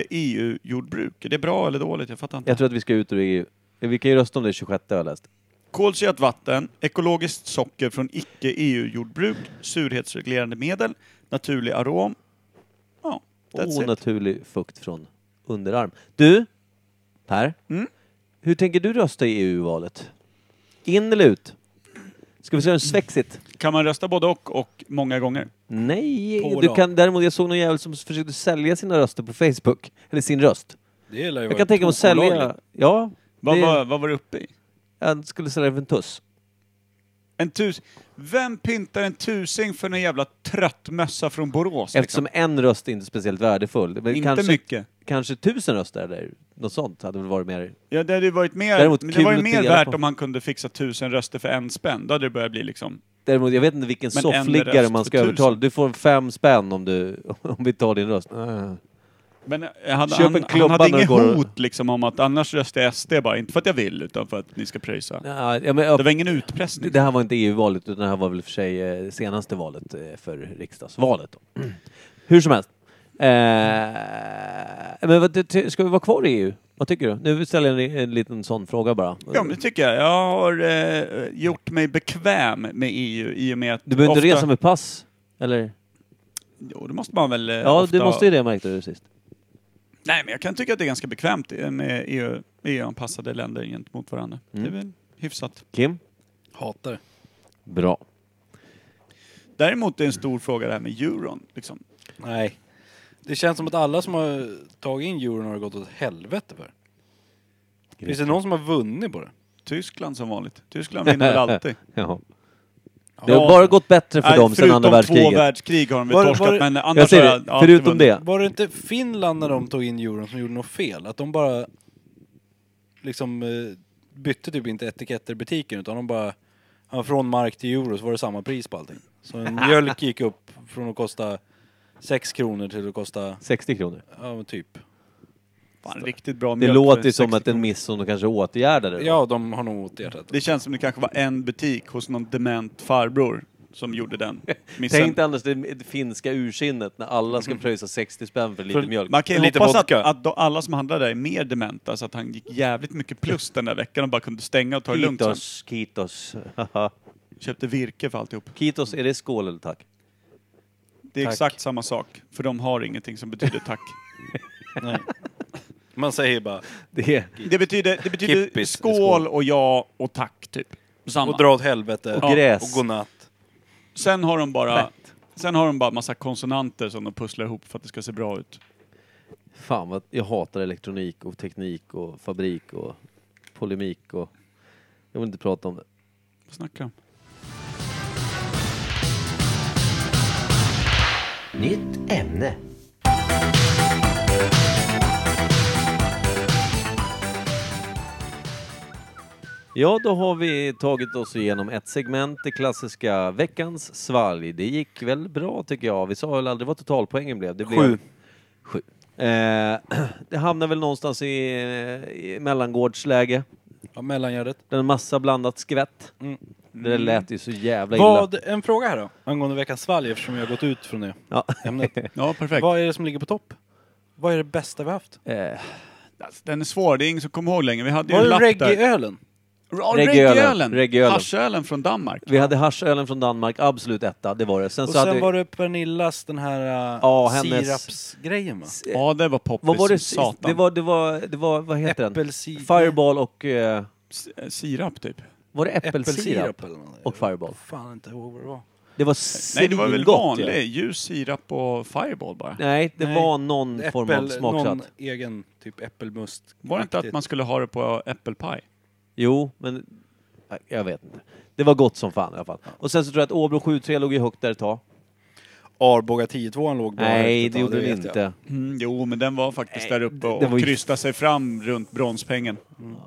S1: icke-EU-jordbruk. Är det bra eller dåligt? Jag fattar inte.
S3: Jag tror att vi ska ut ur EU. Vi kan ju rösta om det 26 har jag läst.
S1: Kolsyrat vatten, ekologiskt socker från icke-EU-jordbruk, surhetsreglerande medel, naturlig arom. Ja, that's it.
S3: Onaturlig fukt från underarm. Du, Per.
S1: Mm?
S3: Hur tänker du rösta i EU-valet? In eller ut? Ska vi köra en svexit?
S1: Kan man rösta både och och många gånger?
S3: Nej,
S5: På
S3: du
S5: dem.
S3: kan däremot, jag såg någon jävel som försökte sälja sina röster på Facebook. Eller sin röst.
S5: Det lär ju
S3: Jag
S5: vara
S3: kan tänka mig att sälja...
S5: olagligt.
S3: Ja,
S1: Vad,
S3: Det-
S1: vad, vad var det uppe i?
S3: han skulle sälja för en tuss.
S1: En tus... Vem pyntar en tusing för en jävla trött mössa från Borås?
S3: Eftersom en röst är inte är speciellt värdefull. Men
S1: liksom? Inte
S3: kanske,
S1: mycket.
S3: kanske tusen röster eller något sånt hade väl varit mer...
S1: Ja, det hade ju varit mer,
S3: Däremot
S1: men det
S3: kul
S1: var ju
S3: att
S1: mer
S3: dela
S1: värt
S3: på.
S1: om han kunde fixa tusen röster för en spänn. Då hade det börjat bli liksom...
S3: Däremot, jag vet inte vilken
S1: Men en
S3: soffliggare
S1: röst
S3: man
S1: för
S3: ska
S1: tusen.
S3: övertala. Du får fem spänn om, du, om vi tar din röst.
S1: Ah. Men eh, han,
S3: Köp en
S1: han, han
S3: klubba
S1: hade
S3: när
S1: inget
S3: du går och-
S1: hot liksom om att annars röstar jag SD bara, inte för att jag vill utan för att ni ska pröjsa.
S3: Ja, ja, men, ja,
S1: Det var ingen
S3: Det-
S1: utpressning.
S3: Det här var inte EU-valet, utan det här var väl för sig eh, det senaste valet eh, för riksdagsvalet. Då. Hur som helst. Eh, men vad, ty- ty- ska vi vara kvar i EU? Vad tycker du? Nu ställer jag en, en liten sån fråga bara.
S1: Ja, men det tycker jag. Jag har eh, gjort mig bekväm med EU i och med att...
S3: du behöver inte
S1: ofta-
S3: resa med pass? Eller?
S1: Jo, det måste man väl... eh,
S3: Ja,
S1: ofta...
S3: du måste ju det märkte du sist.
S1: Nej, men jag kan tycka att det är ganska bekvämt eh, med EU, EU-anpassade länder gentemot varandra.
S3: Mm.
S1: Det är väl hyfsat.
S3: Kim?
S5: Hatar det.
S3: Bra.
S1: Däremot är det en stor fråga det här med euron. Liksom.
S5: Nej. Det känns som att alla som har tagit in euron har gått åt helvete för. Finns det någon som har vunnit på det?
S1: Tyskland som vanligt. Tyskland vinner väl alltid.
S3: Jaha. Det har bara gått bättre för
S1: Nej,
S3: dem sedan andra
S1: Förutom två
S3: världskriget.
S1: världskrig har de
S5: Var-
S1: väl torskat,
S5: var-
S1: men annars
S3: Jag
S1: har
S3: säger det,
S1: alltid
S3: förutom
S1: vunnit.
S3: det.
S5: Var det inte Finland när de tog in euron som gjorde något fel? Att de bara liksom eh, bytte typ inte etiketter i butiken utan de bara ja, från mark till euro så var det samma pris på allting. Så en mjölk gick upp från att kosta 6 kronor till att kosta,
S3: 60 kronor.
S5: ja men typ.
S1: Fan, riktigt bra
S3: Det
S1: mjölk
S3: låter
S1: för
S3: ju som
S1: 60
S3: att en
S1: kronor.
S3: miss som de kanske åtgärdade. då.
S5: Ja, de har nog åtgärdat det.
S1: Det känns som det kanske var en butik hos någon dement farbror som gjorde den missen.
S3: Tänk dig annars det, det finska ursinnet när alla ska pröjsa 60 spänn för lite mjölk.
S1: Man kan ju
S5: Lite
S1: hoppas att,
S5: vodka.
S1: att då alla som handlar där är mer dementa så att han gick jävligt mycket plus den där veckan och bara kunde stänga och ta det lugnt sen.
S3: Kitos, kitos.
S1: Köpte virke för alltihop.
S3: kitos, är det skål eller tack?
S1: Det är exakt samma sak, för de har ingenting som betyder tack.
S5: Man säger bara,
S3: Det är
S1: Det betyder, det betyder
S5: Kippis,
S1: skål,
S5: skål.
S1: och ja och tack, typ. Samma.
S5: och dra åt helvete.
S3: Och gräs.
S5: Och godnatt.
S1: sen har de bara... Sen har de bara massa konsonanter som de pusslar ihop för att det ska se bra ut.
S3: Fan vad jag hatar elektronik och teknik och fabrik och polemik och... Jag vill inte prata om det.
S1: Vad snackar de? om?
S8: Nytt ämne.
S3: Ja, då har vi tagit oss igenom ett segment, det klassiska veckans svalg. Det gick väl bra tycker jag. Vi sa väl aldrig vad totalpoängen blev? Det blev
S5: Sju.
S3: Sju. Eh, det hamnar väl någonstans i, i mellangårdsläge.
S5: Ja, mellangärdet.
S3: Det är en massa blandat skvätt. Det där lät ju så jävla illa.
S5: Mm. Vad, en fråga här då, angående veckans svalg eftersom jag har gått ut från det
S3: Ja.
S5: ämnet.
S1: Ja, perfekt.
S5: Vad är det som ligger på topp? Vad är det bästa vi har haft?
S3: Eh,
S1: Alltså, Den är svår, det är ingen som kommer ihåg längre. Vi hade ju
S5: Var
S1: en
S5: det
S1: lapp där.
S5: reggaeölen?
S1: Ja,
S3: Reggaeölen.
S1: Reggaeölen!
S3: Reggaeölen.
S1: Haschölen från Danmark.
S3: vi hade haschölen från Danmark, absolut etta, det var det. Sen
S5: Och
S3: så hade
S5: sen
S3: vi,
S5: var det Pernillas den här äh,
S3: Ja, hennes-
S5: sirapsgrejen va?
S1: Ja, det var poppis
S3: eh, vad var det?
S1: som satan.
S3: Det var, det var, det var, vad heter
S5: Äppelsi-
S3: den? Fireball och, eh,
S1: S- eh, Sirap, typ.
S3: var det äppelsirap?
S5: Äppelsirap eller något.
S3: Och Fireball.
S5: Fan inte ihåg vad det var.
S3: Det var
S1: Nej, det var väl
S3: svingott, ju.
S1: vanlig ljus sirap och fireball bara.
S3: Nej, det
S5: Nej.
S3: var någon form av
S5: Äppel,
S3: smaksatt.
S5: någon egen typ äppelmust.
S1: Var det inte att man skulle ha det på äppelpaj?
S3: Jo, men nej, jag vet inte. Det var gott som fan i alla fall. Och sen så tror jag att Åbro 7-3 låg ju högt där ett tag.
S5: Arboga 10-2 låg bara
S3: Nej,
S5: efter ett
S3: det
S5: tag,
S3: gjorde det
S5: vet jag.
S3: inte.
S1: Mm, jo, men den var faktiskt där uppe och
S3: det var ju-
S1: krystade sig fram runt bronspengen.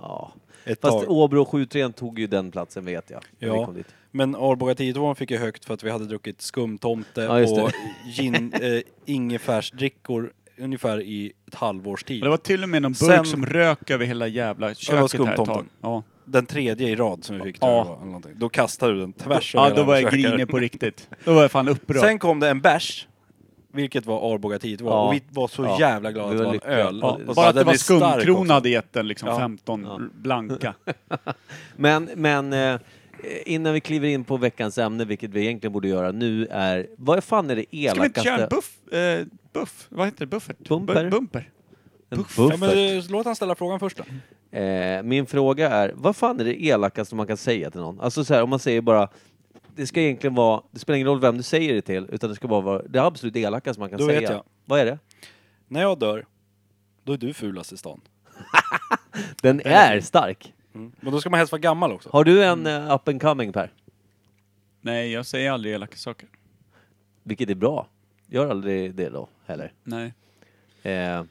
S3: Ja.
S5: Ett
S3: Fast
S5: tag.
S3: Åbro 7-3 tog ju den platsen vet jag. när vi
S5: Ja.
S3: kom dit.
S5: Men Arboga 10 fick ju högt för att vi hade druckit skumtomte
S3: Ja, just det.
S5: och gin, eh, ingefärsdrickor ungefär i ett halvårs tid.
S1: Och det var till och med någon burk
S5: Sen-
S1: som rök över hela jävla
S5: det var
S1: köket här ett tag.
S5: skumtomten.
S1: Ja,
S5: Den tredje i rad som vi fick.
S1: Ja.
S5: tror jag det var, eller någonting. Då kastade du den tvärs över
S1: ja
S5: hela
S1: då var jag
S5: köket.
S1: grinig på riktigt. Då var jag fan upprörd.
S5: Sen kom det en bärs, vilket var Arboga 10
S3: Ja.
S5: Och vi var så
S3: Ja.
S5: jävla glada
S3: Vi
S5: att det
S3: var
S5: var en
S3: lyckliga.
S5: öl.
S1: ja,
S5: Och så
S1: bara att
S5: hade
S1: det var
S5: vi stark
S1: skumkrona
S5: också.
S1: hade gett den liksom 15 blanka.
S3: Men, men eh, innan vi kliver in på veckans ämne, vilket vi egentligen borde göra nu, är... Vad fan är det
S1: Ska vi inte köra en
S3: elakaste...
S1: buff, eh, buff? Vad heter det? Buffert?
S3: Bumper.
S1: Bu- bumper.
S3: En
S5: Ja, men, eh, låt han ställa frågan först då.
S3: Eh, min fråga är, vad fan är det elakaste man kan säga till någon? Alltså så här, om man säger bara, det ska egentligen vara, det spelar ingen roll vem du säger det till, utan det ska bara vara det absolut elakaste man kan
S5: Då
S3: säga.
S5: vet jag.
S3: Vad är det?
S5: När jag dör, då är du fulast i stan.
S3: Den är stark.
S5: Men då ska man helst vara gammal också.
S3: Har du en eh, up and coming Per?
S1: Nej, jag säger aldrig elaka saker.
S3: Vilket är bra. Gör aldrig det då heller.
S1: Nej.
S3: Eh,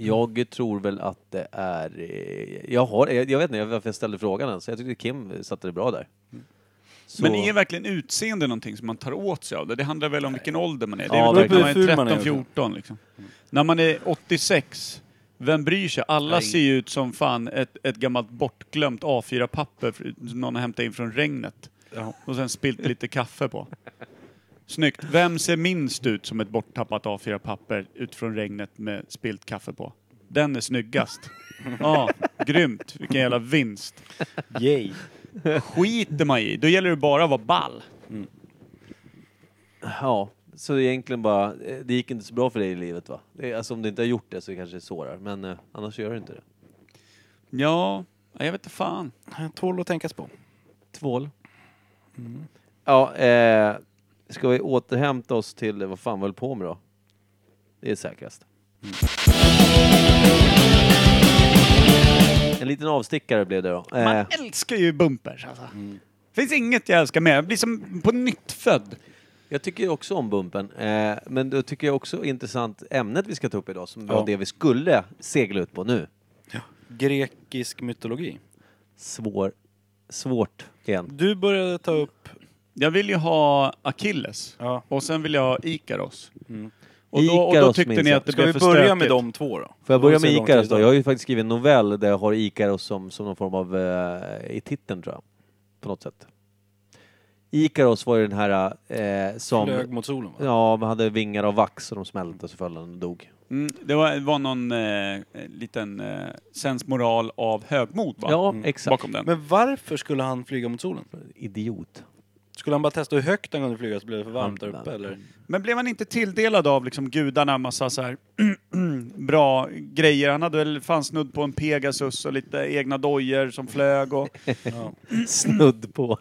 S3: jag tror väl att det är... Eh, jag, har, jag, jag vet inte varför jag ställde frågan ens. Jag tyckte Kim satte det bra där. Så-
S1: Men är verkligen utseende någonting som man tar åt sig av det? Det handlar väl om vilken ålder man är? Det är
S3: Ja,
S1: väl när man
S5: verkligen. Hur ful man är
S1: är 13, 14 liksom. När man är 86, vem bryr sig? Alla ser ju ut som fan ett, ett gammalt bortglömt A4-papper för- som någon har hämtat in från regnet. Och sen spilt lite kaffe på. Snyggt. Vem ser minst ut som ett borttappat A4-papper ut från regnet med spilt kaffe på? Den är snyggast. Ja, grymt. Vilken jävla vinst.
S5: Yay.
S1: Skiter man i. Då gäller det bara att vara ball.
S3: Ja, så egentligen bara, eh, det gick inte så bra för dig i livet va? Det är, alltså om du inte har gjort det så kanske det sårar, men eh, annars gör det inte det.
S1: Ja, jag vet inte fan.
S5: Tål att tänkas på.
S3: Tvål. Ja, eh, ska vi återhämta oss till, vad fan var vi på med då? Det är säkrast. En liten avstickare blev det då.
S1: Man
S3: Eh,
S1: älskar ju bumpers alltså. Finns inget jag älskar mer. Jag blir som på nytt född.
S3: jag tycker ju också om bumpen, eh, men då tycker jag också intressant ämnet vi ska ta upp idag, som var
S5: Ja.
S3: det vi skulle segla ut på nu.
S5: Grekisk mytologi.
S3: Svår, svårt igen.
S5: Du började ta upp...
S1: Jag vill ju ha Achilles.
S5: Ja.
S1: Och sen vill jag ha Ikaros. Och,
S3: Mm. Ikaros
S1: då, och då tyckte
S3: minns
S1: ni
S3: jag.
S1: att det
S5: Ska vi
S1: blev för
S5: börja
S1: stökigt.
S5: med de två då?
S3: Får jag börja
S5: Det
S3: med
S5: ser lång
S3: Ikaros
S5: tid
S3: då?
S5: ut.
S3: Jag har ju faktiskt skrivit en novell där jag har Ikaros som, som någon form av, eh, i titeln tror jag. På något sätt. Ikaros var ju den här eh,
S5: Flög
S3: som,
S5: mot solen va?
S3: ja, man hade vingar av vax och de smälte och så föll den och dog.
S1: Mm, det var, var någon eh, liten eh, sensmoral av högmod va?
S3: Ja, exakt.
S1: Bakom den.
S5: Men varför skulle han flyga mot solen?
S3: Idiot.
S5: Skulle han bara testa hur högt han kunde flyga så blev det för varmt där uppe eller?
S1: Men blev han inte tilldelad av liksom gudarna en massa så här bra grejer? Han hade väl fan snudd på en Pegasus och lite egna dojor som flög och...
S3: Snudd på.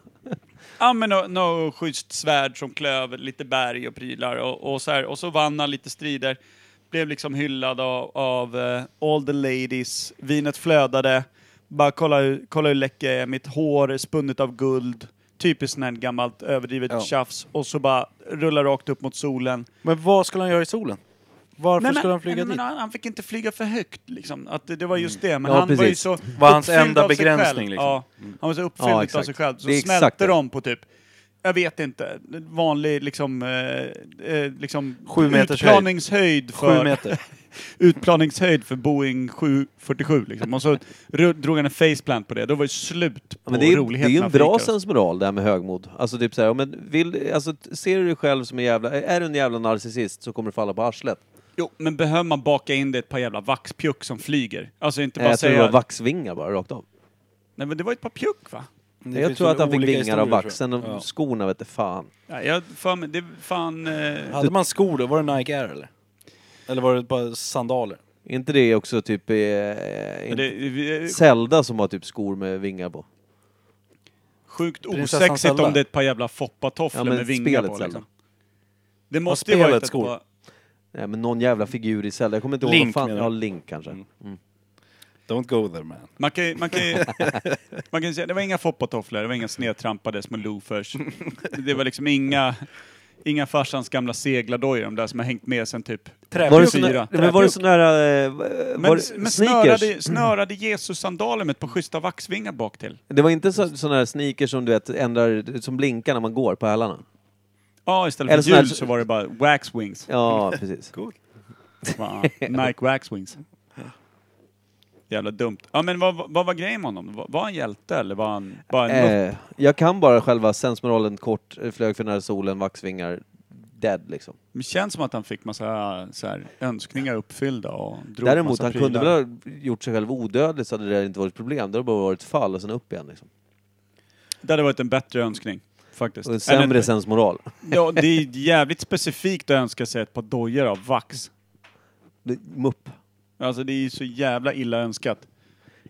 S1: Ja men något no, no, schysst svärd som klöv lite berg och prylar och, och så här. Och så vann han lite strider. Blev liksom hyllad av, av eh, all the ladies. Vinet flödade. Bara kolla, hur- kolla hur läcker jag är. Mitt hår är spunnet av guld. Typiskt sånt här gammalt överdrivet
S5: Ja.
S1: tjafs. Och så bara rullar rakt upp mot solen.
S5: Men vad skulle han göra i solen? Varför
S1: Nej, men-
S5: skulle han flyga
S1: men
S5: dit?
S1: han- Han fick inte flyga för högt liksom. Att det, det var just det. Men
S3: Ja,
S1: han var ju
S3: precis.
S1: så...
S5: Var hans
S1: uppfylld
S5: enda
S1: av sig
S5: begränsning,
S1: själv.
S5: liksom.
S1: Ja, han var så uppfylld
S3: Ja,
S1: av
S3: exakt.
S1: sig själv. Så
S3: Det är exakt
S1: smälte
S3: det.
S1: de på typ, jag vet inte, vanlig liksom... Eh, eh, liksom
S5: Sju meters höjd.
S1: utplaningshöjd
S5: Sju
S1: för,
S5: meter.
S1: utplaningshöjd för Boeing 747 liksom. Och så ru- drog han en faceplant på det. Då var det slut på
S3: Ja, men det är, det är
S1: roligheterna.
S3: ju en
S1: för
S3: bra
S1: Icarus.
S3: sensmoral det här med högmod. Alltså typ såhär, ja, men vill, alltså, t- ser du dig själv som en jävla, är du en jävla narcissist så kommer du falla på arslet.
S1: Jo, men behöver man baka in det ett par jävla vaxpjuck som flyger? Alltså inte
S3: Nej,
S1: bara
S3: jag tror det var
S1: säga...
S3: vaxvingar bara, rakt av.
S1: Nej men det var ett par pjuck va?
S5: Det
S3: jag
S5: finns
S3: tror
S5: väl
S3: att han fick
S5: olika
S3: vingar av
S5: historier,
S3: vax,
S5: tror
S3: sen
S5: jag.
S3: av skorna vete fan.
S1: Ja, jag fan, det fan... Eh,
S5: Hade man skor då? Var det Nike Air eller? Eller var det bara sandaler?
S3: Är inte det också typ... Eh, inte-
S1: det, vi-
S3: Zelda som har typ skor med vingar på.
S1: sjukt
S5: Prinsessan
S1: osexigt
S5: Zelda.
S1: om det är ett par jävla foppatofflor
S3: Ja, men
S1: med vingar
S3: spelet
S1: på.
S3: Zelda.
S1: Liksom. Det måste ju
S5: spelet
S1: varit ett
S5: skor.
S1: par...
S3: Nej men någon jävla figur i Zelda, jag kommer inte ihåg
S5: Link,
S3: vad fan...
S5: menar du?
S3: Ja, Link kanske.
S1: Mm.
S5: Don't go there man.
S1: Man kan ju man kan, ju- man kan ju säga, det var inga foppatofflor, det var inga snedtrampade små loafers. Det var liksom inga... Inga farsans gamla seglardojor, de där som har hängt med sen typ
S3: Var det, sån
S1: fyra.
S3: där, men var det sån där... Eh, var,
S1: Men,
S3: det-
S1: men
S3: sneakers?
S1: snörade, snörade Jesus-sandaler med ett par schyssta vaxvingar bak till.
S3: Det var inte så, sån där sneakers som du vet ändrar, som blinkar när man går på hälarna?
S1: Ja, istället
S3: Eller
S1: för
S3: sån här-
S1: hjul så var det bara waxwings.
S3: Ja, precis.
S1: Va, Nike Waxwings. Jävla dumt. Ja men vad, vad var grejen med honom? Var, var han hjälte eller var han bara en mupp?
S3: Eh, jag kan bara själva sensmoralen kort, eh, flög för nära solen, vaxvingar, dead liksom.
S1: Det känns som att han fick massa så här, önskningar uppfyllda och drog
S3: Däremot,
S1: massa
S3: han kunde väl ha gjort sig själv odödlig så hade det inte varit ett problem. Det hade bara varit fall och sen upp igen liksom.
S1: Det hade varit en bättre önskning. Faktiskt.
S3: Och en
S1: Eller-
S3: sämre sensmoral.
S1: ja, det är jävligt specifikt att önska sig ett par dojor av vax.
S3: Det- Mupp.
S1: Alltså det är ju så jävla illa önskat.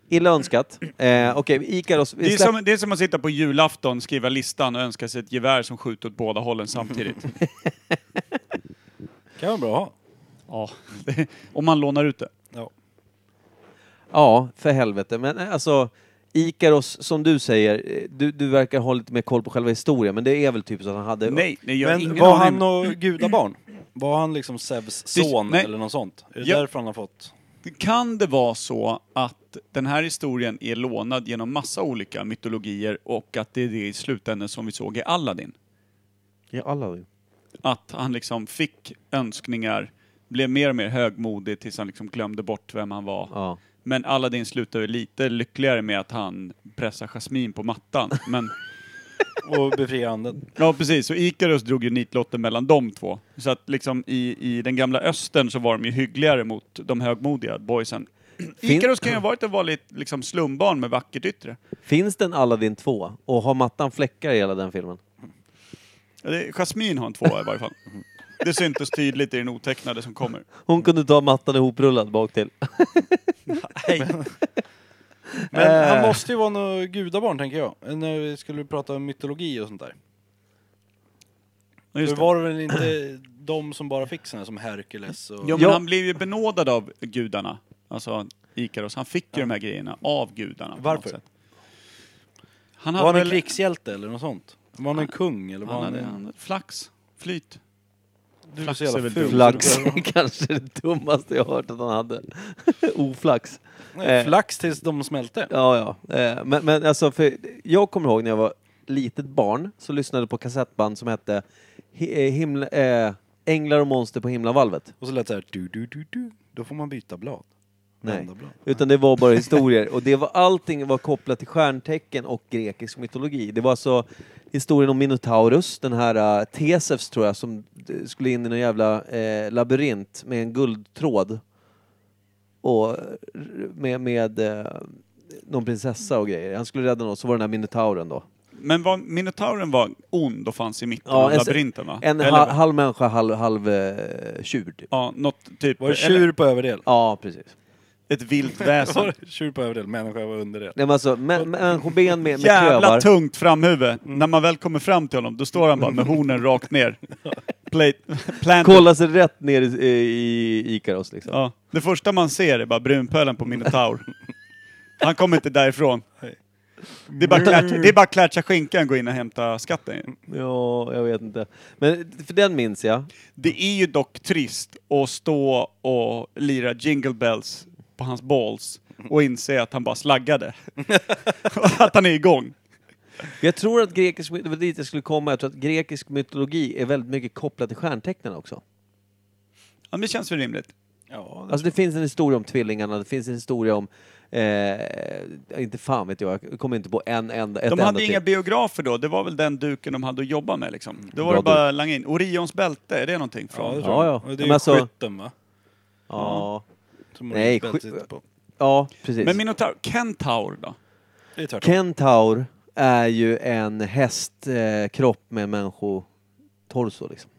S3: Illa önskat. Eh, Okej, Ikaros.
S1: Det är,
S3: Vi släpper,
S1: som, det är som att sitta på julafton, skriva listan och önska sig ett gevär som skjuter åt båda hållen samtidigt.
S5: Kan vara bra att ha.
S1: ja, det, om man lånar ut det.
S3: Ja, för helvete. Men eh, alltså, Ikaros, som du säger, eh, du, du verkar ha lite mer koll på själva historien, men det är väl typ så att han hade...
S1: Nej, nej jag har
S5: Men
S1: ingen
S5: var
S1: aning.
S5: han och gudabarn? Var han liksom Zeus son
S1: nej.
S5: eller något sånt? Är det
S1: Ja.
S5: därför han har fått?
S1: Kan det vara så att den här historien är lånad genom massa olika mytologier och att det är det i slutändan som vi såg i Aladdin?
S3: Ja, alla ju.
S1: Att han liksom fick önskningar, blev mer och mer högmodig tills han liksom glömde bort vem han var.
S3: Ja.
S1: Men Aladdin slutar ju lite lyckligare med att han pressar Jasmine på mattan. Men,
S5: Och befria anden?
S1: ja precis, så Ikarus drog ju nitlotten mellan de två. Så att liksom i, i den gamla östern så var de ju hyggligare mot de högmodiga boysen. Ikarus kan ju ha varit ett vanligt liksom, slumbarn med vackert yttre.
S3: Finns det en Aladdin 2? Och har mattan fläckar i hela den filmen?
S1: Ja, det, Jasmine har en tvåa i varje fall. Det syntes tydligt i den otecknade som kommer.
S3: Hon kunde ta mattan ihoprullad bak till.
S5: Men
S3: Eh.
S5: han måste ju vara något gudabarn tänker jag. När vi skulle prata om mytologi och sånt där.
S1: Ja,
S5: För
S1: Just det.
S5: var det väl inte de som bara fick såna här som Herkules och...
S1: Jo, men
S3: Ja.
S1: han blev ju benådad av gudarna. Alltså Ikaros. Han fick ju de här grejerna av gudarna. på
S5: Varför?
S1: något sätt. Han
S5: Var han
S1: hade
S5: en
S1: väl...
S5: krigshjälte eller något sånt? Var han en kung eller var
S1: Han
S5: han
S1: hade,
S5: en...
S1: han hade flax. Flyt.
S5: Du är
S1: Flax
S5: så jävla
S1: är väl
S5: ful.
S1: dumt.
S3: Flax kanske det dummaste jag hört att han hade. Oflax.
S5: Nej,
S3: Eh.
S5: Flax tills de smälte.
S3: Ja, ja. Eh, Men, men alltså, för jag kommer ihåg när jag var litet barn så lyssnade jag på kassettband som hette Hi- eh, himla, eh, Änglar och monster på himlavalvet.
S5: Och så lät det så här du du du du. Då får man byta blad.
S3: Nej.
S5: Vända blad.
S3: Utan det var bara historier. Och det var, allting var kopplat till stjärntecken och grekisk mytologi. Det var alltså historien om Minotaurus, den här uh, Tesevs tror jag, som eh, skulle in i någon jävla eh, labyrint med en guldtråd. Och eh, med, med eh, någon prinsessa och grejer. Han skulle rädda någon, så var det den här Minotauren då.
S1: Men var, Minotauren var ond och fanns i mitten
S3: Ja,
S1: av
S3: en-
S1: labyrinten va?
S3: En
S1: Eller-
S3: ha, halv människa, halv, halv eh, tjur typ.
S1: Ja, något typ...
S5: Var det
S1: eller
S5: tjur på överdel?
S3: Ja, precis.
S1: Ett vilt väsen.
S5: Var det Tjur på överdel, människa var underdel.
S3: Nej men alltså, mä- människoben med, med
S1: Jävla
S3: klövar. Mm.
S1: tungt framhuvud. När man väl kommer fram till honom, då står han bara med hornen rakt ner. Play, planted.
S3: Kolla sig rätt ner i, i Ikaros liksom.
S1: Ja. Det första man ser är bara brunpölen på Minotaur. Han kommer inte därifrån. Det är bara klärt- det är bara att klätcha skinkan och gå in och hämta skatten ju.
S3: Ja, jag vet inte. Men för den minns jag.
S1: Det är ju dock trist att stå och lira jingle bells på hans balls och inse att han bara slaggade. Och att han är igång.
S3: Jag tror att grekisk, det var dit jag skulle komma, jag tror att grekisk mytologi är väldigt mycket kopplad till stjärntecknen också.
S1: Ja, men det känns väl rimligt.
S5: Ja,
S3: Alltså det finns en historia om tvillingarna, det finns en historia om, eh, inte fan vet jag, jag kommer inte på en enda, ett
S1: De
S3: enda
S1: hade
S3: till.
S1: inga biografer då, det var väl den duken de hade att jobba med liksom. Då var
S3: Bra
S1: det bara att langa in. Orions bälte, är det någonting
S5: ja, det
S1: från?
S5: tror jag.
S3: Ja, ja.
S5: Och
S3: Men
S5: Det är ju
S3: alltså-
S5: skytten va?
S3: ja.
S5: Som
S3: Nej,
S5: Orions bälte
S3: sky-
S5: sitter på.
S3: ja, precis.
S1: Men Minotaur, Kentaur då?
S5: Det är tvärtom.
S3: Kentaur är ju en hästkropp eh, kropp med människotorso liksom.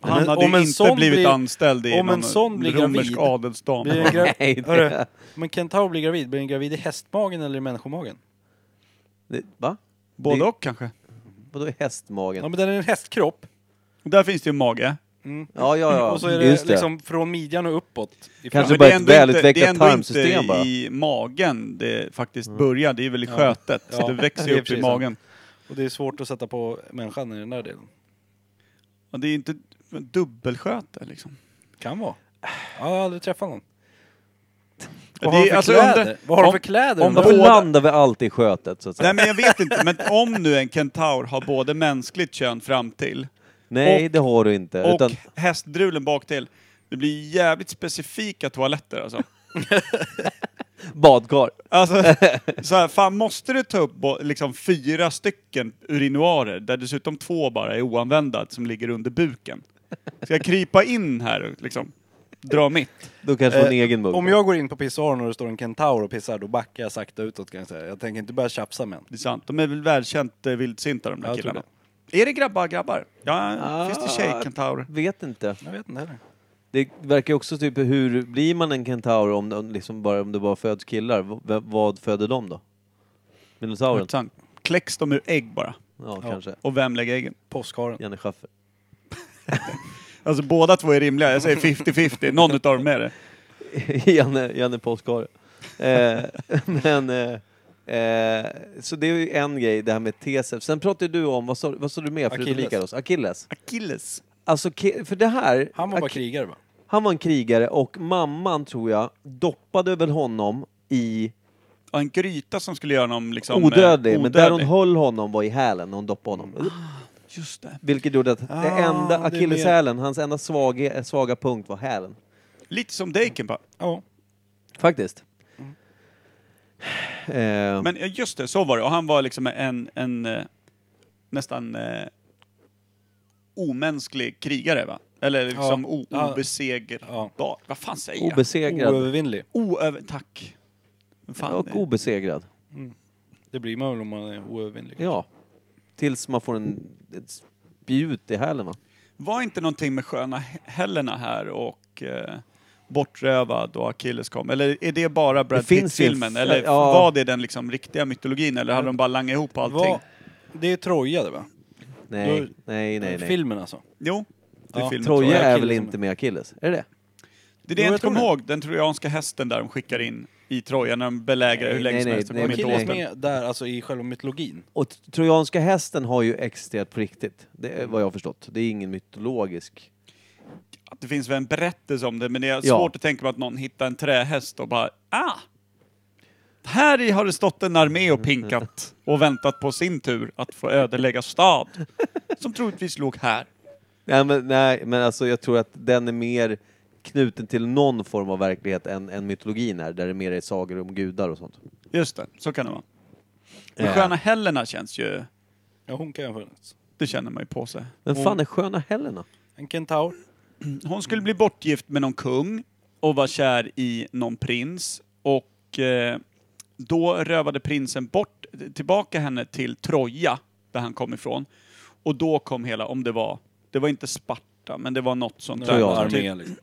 S1: Han
S5: en-
S1: hade
S5: om
S1: ju
S5: en
S1: inte
S5: sån
S1: blivit
S5: blir-
S1: anställd i
S5: om en
S1: någon
S5: sån blir
S1: romersk
S5: gravid-
S1: adelsdam.
S5: Blir en gra-
S3: Nej, det-
S5: Hörru, men kentaur blir gravid, blir den gravid i hästmagen eller i människomagen?
S3: Det, va?
S1: Både
S3: det-
S1: och kanske.
S3: Vadå är
S5: Ja
S3: hästmagen?
S5: men den är en hästkropp.
S1: Där finns det ju en mage.
S3: Ja, ja, ja.
S5: Och så är det,
S3: Just det.
S5: liksom från midjan och uppåt. i
S3: Kanske
S1: Men
S5: fram.
S3: bara
S1: det är
S3: ett
S1: ändå inte-
S3: välutvecklat
S1: det är ändå
S3: tarmsystem
S1: inte
S3: bara.
S1: i magen det faktiskt börjar, det är väl i skötet. Så
S5: Mm. Ja.
S1: det växer
S5: Det är
S1: ju upp i
S5: precis
S1: magen.
S5: Och det är svårt att sätta på människan i den där delen.
S1: Och det är ju inte dubbelsköte liksom.
S5: Kan vara. Jag har aldrig träffat någon.
S1: Ja,
S5: Vad har
S1: det
S5: de
S1: är-
S5: för
S1: alltså,
S5: kläder?
S1: undra-
S5: Vad har de
S1: om-
S5: för kläder?
S1: om
S5: undrar
S3: Varför
S5: jag?
S1: båda-
S3: landar vi alltid i skötet så att säga?
S1: Nej men jag vet inte, men om nu en kentaur har både mänskligt kön fram till
S3: Nej,
S1: och-
S3: det har du inte.
S1: och
S3: utan,
S1: hästdrulen bak till. Det blir jävligt specifika toaletter alltså.
S3: badkar.
S1: Alltså, så här, fan måste du ta upp bo- liksom fyra stycken urinoarer där dessutom två bara är oanvända som ligger under buken? Ska jag krypa in här och liksom dra mitt?
S3: Då kanske får en
S5: Eh,
S3: egen mugg.
S5: Om jag går in på pissoaren och det står en kentaur och pissar, då backar jag sakta utåt kan jag säga. Jag tänker inte börja tjafsa med en.
S1: Det är sant. De är väl välkänt eh, vildsinta de där
S5: Jag tror
S1: killarna. Är det grabbar grabbar? Ja,
S3: Ah.
S1: finns det tjejkentaurer?
S3: Vet inte.
S5: Jag vet inte heller.
S3: Det verkar ju också typ, hur blir man en kentaur om, om, liksom bara, om det bara föds killar? V- v- vad föder de då? Minotauren?
S1: Intressant. Kläcks de ur ägg bara?
S3: Ja, kanske.
S1: Och vem lägger äggen?
S5: Påskharen.
S3: Janne Schaffer.
S1: Alltså båda två är rimliga, jag säger 50-50, någon utav dem är det.
S3: Janne, Janne Påskhare. Eh, men... Eh, eh, så det är ju en grej, det här med TCF. Sen pratade du om, vad sa, vad sa du mer förutom
S5: Achilles.
S3: Ikaros? Achilles.
S1: Achilles.
S3: Alltså, ke- för det här...
S5: Han var bara
S3: Ach-
S5: krigare va?
S3: Han var en krigare och mamman, tror jag, doppade väl honom i
S1: Ja, en gryta som skulle göra honom liksom... eh,
S3: odödlig, men där hon
S1: odödlig.
S3: höll honom var i hälen när hon doppade honom.
S1: Just det.
S3: Vilket gjorde att det enda
S5: Ah. det är
S3: akilleshälen, hans enda svaga, svaga punkt var hälen.
S1: Lite som Deikenpa.
S5: Ja.
S3: Faktiskt.
S5: Mm.
S3: Eh,
S1: Men eh, just det, så var det. Och han var liksom en, en eh, nästan eh, omänsklig krigare va? Eller liksom o-
S5: Ja.
S1: obesegrbar. Vad fan säger jag?
S3: obesegrad.
S5: Oövervinnlig.
S1: Oöver... Tack. Vad Fan,
S3: Och
S1: eh,
S3: obesegrad.
S5: Det blir man väl om man är oövervinnlig.
S3: Ja. Tills man får en, ett spjut i hälen va?
S1: var inte någonting med sköna He- Helena här och eh, Bortrövad och Achilles kom? Eller är det bara Brad
S3: finns ju en
S1: Pitt-filmen?
S3: f-
S1: Eller
S3: ja.
S1: var det den liksom riktiga mytologin? Eller hade de bara langat ihop allting?
S5: Vad- Det är Troja det va?
S3: Nej,
S5: Då-
S3: nej, nej. nej.
S5: Filmen alltså.
S1: Jo, det är
S5: Ja,
S1: filmen.
S3: Troja
S5: Troja
S3: är väl
S5: Achilles
S3: inte med Achilles? Är det det?
S1: Det är det
S5: Jo,
S1: jag
S5: jag
S1: inte
S5: tror
S1: kommer
S5: det.
S1: ihåg, den trojanska hästen där de skickar in i Troja när de belägrar hur länge
S3: nej,
S1: som
S3: nej,
S1: helst. och
S3: nej,
S1: kommer
S3: men
S1: inte
S5: Achilles
S1: åt
S3: nej.
S1: den.
S5: med där, alltså i själva mytologin.
S3: Och t- trojanska hästen har ju existerat på riktigt. Det är vad jag har förstått. Det är ingen mytologisk.
S1: Att Det finns väl en berättelse om det, men det är
S3: Ja.
S1: svårt att tänka mig att någon hittar en trähäst och bara ah! Här i har det stått en armé och pinkat och väntat på sin tur att få ödelägga stad. Som troligtvis låg här.
S3: Nej men, nej, men alltså jag tror att den är mer knuten till någon form av verklighet än, än mytologin är, där det mer är sagor om gudar och sånt.
S1: Just det, så kan det vara.
S3: Ja.
S1: Men Sköna Helena känns ju...
S5: Ja, hon kan ju ha funnits.
S1: Det känner man ju på sig.
S3: Men fan är sköna Helena?
S5: En kentaur.
S1: Hon skulle bli bortgift med någon kung och var kär i någon prins. Och eh, då rövade prinsen bort, tillbaka henne till Troja, där han kom ifrån. Och då kom hela, om det var, det var inte Sparta, men det var något sånt
S3: Troja.
S1: där. Typ,
S5: Armé liksom.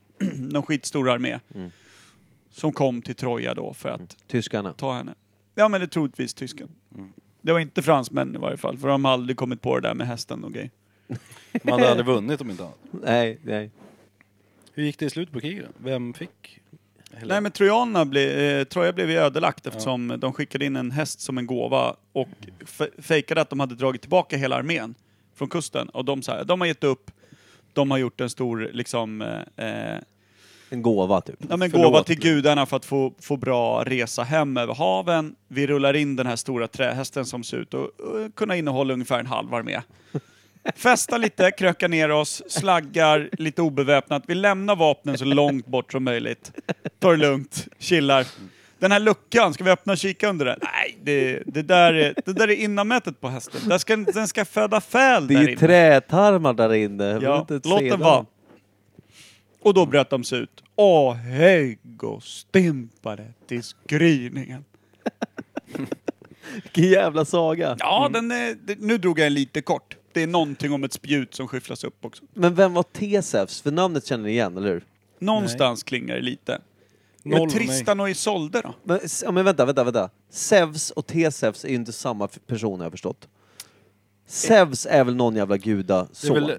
S1: någon skitstor armé. Som kom till Troja då för att
S3: Tyskarna?
S1: ta henne. Ja men det är troligtvis tysken. Det var inte fransmän i varje fall, för de har aldrig kommit på det där med hästen och grejer.
S5: Man hade aldrig vunnit om inte annat.
S3: Nej, nej.
S5: Hur gick det i slutet på kriget då? Vem fick?
S1: Nej men trojanerna ble, eh, Troja blev ju ödelagt eftersom de skickade in en häst som en gåva och fe- fejkade att de hade dragit tillbaka hela armén från kusten. Och de, så här, de har gett upp, de har gjort en stor liksom, eh, eh,
S3: En gåva typ.
S1: ja, men
S3: Förlåt.
S1: gåva till gudarna för att få, få bra resa hem över haven. Vi rullar in den här stora trähästen som ser ut att eh, kunna innehålla ungefär en halv armé. Festa lite, kröka ner oss, slaggar, lite obeväpnat. Vi lämnar vapnen så långt bort som möjligt. Tar det lugnt, chillar. Den här luckan, ska vi öppna och kika under den? Nej, det, det, där, är, det där är innanmätet på hästen. Där ska, den ska föda fäl
S3: Det
S1: där
S3: är ju
S1: inne.
S3: trätarmar där inne. Jag vill
S1: Ja,
S3: inte
S1: låt
S3: se
S1: den vara. Och då bröt de sig ut. Åh, högg och stympade till gryningen.
S3: Vilken jävla saga.
S1: Ja, den är, det- nu drog jag en lite kort. Det är någonting om ett spjut som skyfflas upp också.
S3: Men vem var Tesefs? För namnet känner ni igen, eller hur?
S1: Någonstans klingar det lite.
S5: Noll
S1: Men
S5: för mig.
S1: Tristan och Isolde då?
S3: Men, s- ja, men vänta, vänta, vänta. Zeus och Tesefs är ju inte samma f- person har jag förstått. Zeus är väl någon jävla
S5: Det är
S3: gudason?
S5: väl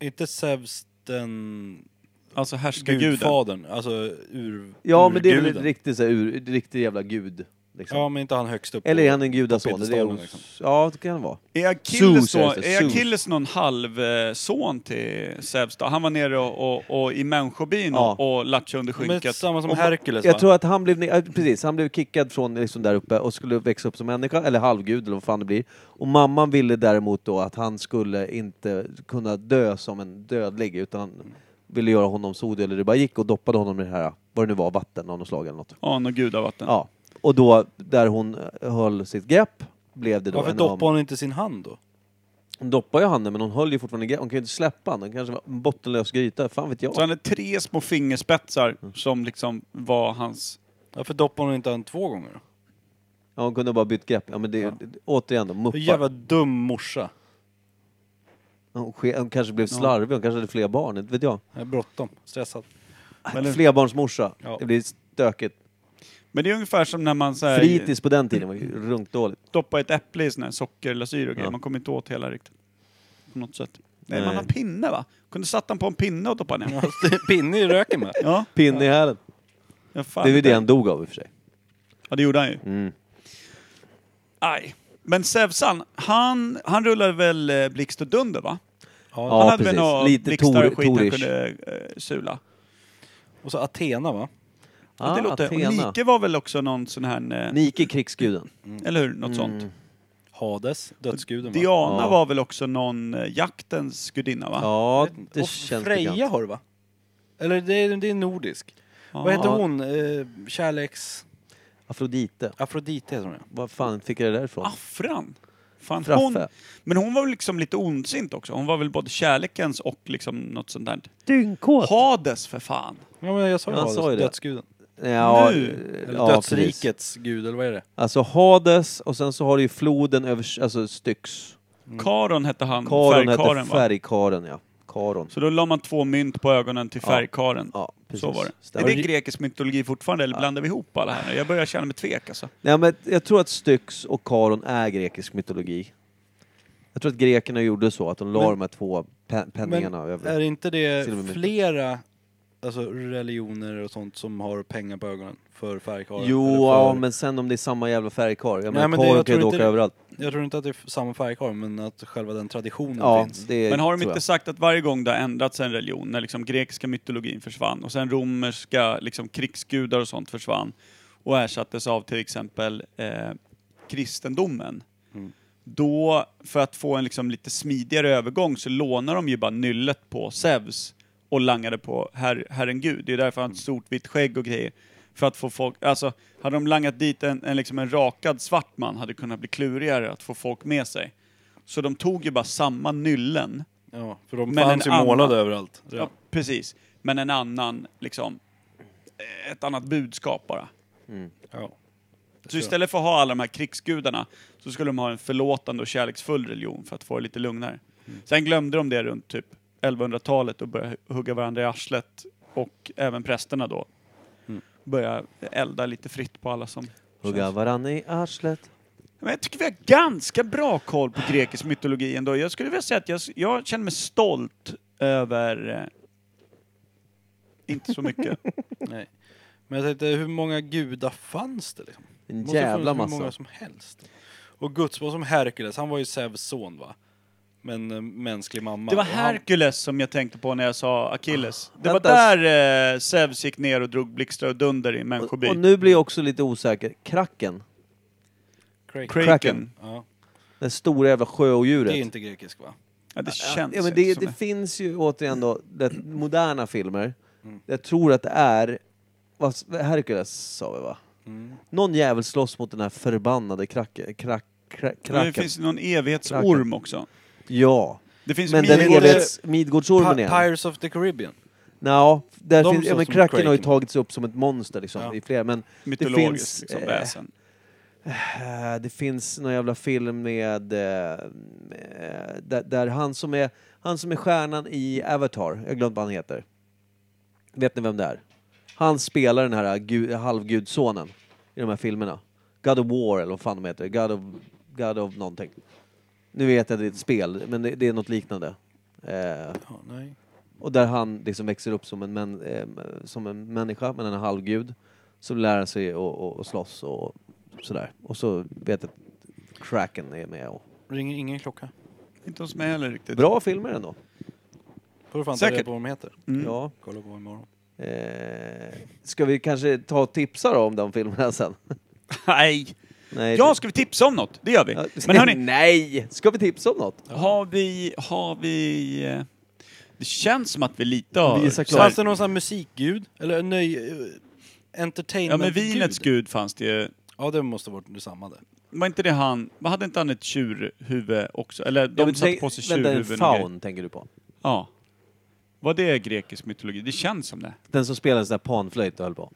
S5: inte Zeus den
S1: Alltså härskarguden.
S5: gudfadern, alltså ur
S3: Ja, men det är väl
S5: urguden.
S3: riktigt så här, ur, riktig jävla gud. Liksom.
S5: Ja, men inte han högst upp.
S3: Eller är
S5: på-
S3: han en gudason?
S5: på
S3: Det är det hon...
S5: piedestalen, liksom.
S3: Ja, det kan han vara.
S1: Är Akilles,
S3: Zeus,
S1: då,
S3: alltså,
S1: är
S3: Zeus.
S1: Achilles någon halvson till Zeus då? Han var nere och, och, och i människobyn
S3: Ja.
S1: och, och latchade under
S5: Men
S1: skynket.
S5: samma som
S1: Och-
S5: Herkules va?
S3: Jag tror att han blev, ja, precis, han blev kickad från liksom där uppe och skulle växa upp som människa, eller halvgud eller vad fan det blir. Och mamman ville däremot då att han skulle inte kunna dö som en dödlig utan ville göra honom så odödlig det bara gick och doppade honom i det här, vad det nu var, vatten av något slag eller något.
S1: Ja, någon gudavatten.
S3: Ja. Och då, där hon höll sitt grepp, blev det då
S5: Varför
S3: en av-
S5: doppar hon inte sin hand då?
S3: Hon doppade ju handen men hon höll ju fortfarande grepp, hon kan ju inte släppa handen, kanske var en bottenlös gryta, fan vet jag.
S1: Så han hade tre små fingerspetsar
S3: Mm.
S1: som liksom var hans
S5: Varför doppar hon inte han två gånger då?
S3: Ja, hon kunde bara bytt grepp. Ja men det, ja. återigen då, muppar.
S5: Hur jävla dum morsa.
S3: Hon, ske- hon kanske blev slarvig, hon kanske hade fler barn, inte vet jag.
S5: Jag är bråttom, stressad.
S1: Men-
S3: Flerbarnsmorsa.
S5: Ja.
S3: Det blir stökigt.
S1: Men det är ungefär som när man så här
S3: Fritids på den tiden var ju
S1: Mm.
S3: runkdåligt.
S1: doppar ett äpple i sån här sockerlasyr och grejer.
S3: Ja.
S1: Man kommer inte åt hela riktigt. På något sätt. Nej,
S3: Nej.
S1: man har pinne va? Kunde satt han på en pinne och doppa ner?
S5: Pinne i röken med.
S1: Ja,
S3: Pinne i hälen.
S1: jag fan.
S3: Det är ju det han Mm. dog av i och för sig.
S1: Ja, det gjorde han ju. Aj. Men Sevsan, han, han rullade väl eh, Blixt och Dunder va? han
S3: Ja,
S1: hade väl några
S3: precis. Lite
S1: blixtar och
S3: tor,
S1: skit han
S3: torish.
S1: kunde eh, sula.
S5: Och så Athena va?
S1: Ja, det låter. Och
S3: Ah, Athena.
S1: Nike var väl också någon sån här, eh,
S3: Nike krigsguden.
S1: eller hur?
S3: Mm.
S1: Något sånt.
S5: Hades, dödsguden va?
S1: Diana
S3: Ja.
S1: var väl också någon eh, jaktens gudinna va?
S3: Ja, det
S5: och
S3: känns
S5: Freja
S3: bekant.
S5: har du va? Eller det är, det är nordisk. Vad heter hon? Eh, kärleks...
S3: Afrodite.
S5: Afrodite heter hon ja.
S3: Vad fan fick jag det där ifrån?
S1: Ah, Affran? Fan,
S3: Fraffe.
S1: hon, men hon var väl liksom lite ondsint också? Hon var väl både kärlekens och liksom något sånt där.
S3: Dyngkåt!
S1: Hades för fan!
S5: Ja men jag sa ju
S3: Ja, han
S5: Hades,
S3: sa ju det.
S5: dödsguden.
S3: Ja,
S1: Nu.
S5: Eller
S3: ja,
S5: dödsrikets
S3: precis.
S5: gud eller vad är det?
S3: Alltså Hades och sen så har du ju floden över, alltså Styx.
S1: Karon hette han,
S3: Mm. Karon hette
S1: färgkaren va?
S3: Färgkaren ja. Karon.
S1: Så då la man två mynt på ögonen till färgkaren.
S3: Ja, precis.
S1: Så var det.
S3: Stämmer.
S1: Är det grekisk mytologi fortfarande eller blandar vi ihop alla här nu? Jag börjar känna mig tvek alltså.
S3: Nej, men jag tror att Styx och Karon är grekisk mytologi. Jag tror att grekerna gjorde så, att de la
S5: Men-
S3: de här två pe-
S5: Men
S3: penningarna över.
S5: är inte det
S3: Silvermynt.
S5: flera alltså, religioner och sånt som har pengar på ögonen för färgkarlar?
S3: Jo,
S5: Eller för...
S3: ja, men sen om det är samma jävla färgkar. Jag menar,
S5: men det-
S3: Karon
S5: jag
S3: kan ju
S5: tror
S3: åka
S5: inte det-
S3: överallt.
S5: Jag tror inte att det är f- samma färgkarl men att själva den traditionen
S3: Ja,
S5: finns.
S3: det
S1: Men har de
S3: tror
S1: inte sagt att varje gång det har ändrats en religion, när liksom grekiska mytologin försvann och sen romerska liksom krigsgudar och sånt försvann och ersattes av till exempel eh, kristendomen. Då, för att få en liksom lite smidigare övergång, så lånar de ju bara nyllet på Zeus och langade på her Herren Gud. Det är därför han har ett stort vitt skägg och grejer. För att få folk, alltså, hade de langat dit en, en, liksom en rakad svart man hade kunnat bli klurigare att få folk med sig. Så de tog ju bara samma nyllen
S5: Ja, för de
S1: Men
S5: fanns ju
S1: en annan-
S5: målade överallt.
S1: Ja, precis. Men en annan, liksom, eh, ett annat budskap bara.
S5: Ja.
S1: Så istället för att ha alla de här krigsgudarna så skulle de ha en förlåtande och kärleksfull religion för att få det lite lugnare. Sen glömde de det runt typ 1100-talet och började hugga varandra i arslet och även prästerna då började elda lite fritt på alla som...
S3: jag. Hugga varann i arslet.
S1: Men jag tycker vi har ganska bra koll på grekisk mytologi ändå. Jag skulle vilja säga att jag, jag känner mig stolt över... Eh, inte så mycket.
S5: Nej. Men jag tänkte, hur många gudar fanns det liksom?
S3: En
S5: måste ha
S3: jävla
S5: funnits hur
S3: massa.
S5: många som helst. Och Guds var som Herkules, han var ju Zeus son va? Men eh, mänsklig mamma.
S1: Det var
S5: Och han-
S1: Herkules som jag tänkte på när jag sa Achilles. Det var
S3: Vänta.
S1: där eh, Zeus gick ner och drog blixtar och dunder i en människoby.
S3: Och nu blir jag också lite osäker. Kraken.
S5: Kraken.
S1: Kraken.
S5: Ja,
S3: Det stora jävla sjöodjuret.
S5: det är inte grekisk va?
S1: Ja, det känns
S3: ja, men
S1: inte
S3: det,
S1: som
S3: det finns ju återigen då det, moderna filmer.
S5: Mm.
S3: Jag tror att det är vad, Hercules sa vi va?
S5: Mm.
S3: Någon jävel slåss mot den här förbannade kracken. Krack, krack,
S1: Men det
S3: kracken.
S1: finns någon evighetsorm
S3: Kraken.
S1: också.
S3: Ja.
S1: Det finns
S3: Men
S1: mil-
S3: den
S5: Midgård-
S3: evighets... Midgårdsormen
S5: Pa-
S3: igen.
S5: Pirates of the Caribbean.
S3: Nå, där
S5: De
S3: finns, ja,
S5: slåss
S3: men
S5: mot
S3: kraken har ju
S5: Kraken.
S3: tagits upp som ett monster liksom,
S5: Ja.
S3: i flera. Men det
S1: mytologiskt
S3: finns...
S1: liksom,
S3: eh,
S1: väsen.
S3: Eh, Det finns någon jävla film med... eh, eh, Där, där han, som är, han som är stjärnan i Avatar, jag har glömt vad han heter. Vet ni vem det är? Han spelar den här gu- halvgudsonen i de här filmerna. God of War eller vad fan de heter. God of, God of någonting. Nu vet jag att det är ett spel, men det, det är något liknande. Eh,
S5: Ja, nej.
S3: och där han liksom växer upp som en, män, eh, som en människa, men en halvgud. Så lär han sig att och, och slåss och sådär. Och så vet jag att Kraken är med. Och.
S5: Ringer ingen klocka.
S1: Inte hos mig heller riktigt.
S3: Bra filmer ändå.
S5: Får du fan ta
S1: Säkert.
S5: reda på vad de heter.
S3: Ja.
S5: Kolla på imorgon.
S3: Eh, ska vi kanske ta och tipsa då om de filmerna sen?
S1: Nej!
S3: Nej.
S1: Ja,
S3: det-
S1: ska vi tipsa om något? Det gör vi.
S3: Ja,
S1: Men hörni,
S3: Nej! Ska vi tipsa om något?
S1: har vi... Har vi... eh, Det känns som att vi lite har...
S3: Visa
S1: så här-
S5: Fanns det någon sån här musikgud? Eller nej, eh,
S1: Ja,
S5: entertainment
S1: men vinets gud fanns det ju.
S5: Ja, det måste varit detsamma det.
S1: Var inte det han... vad Hade inte han ett tjurhuvud också? Eller de
S3: Ja, men
S1: satte
S3: tänk-
S1: på sig
S3: vänta, en
S1: tjurhuvuden och grejer.
S3: faun tänker du på?
S1: Ja. Var det grekisk mytologi? Det känns som det.
S3: Den som spelade sån där panflöjt och höll på.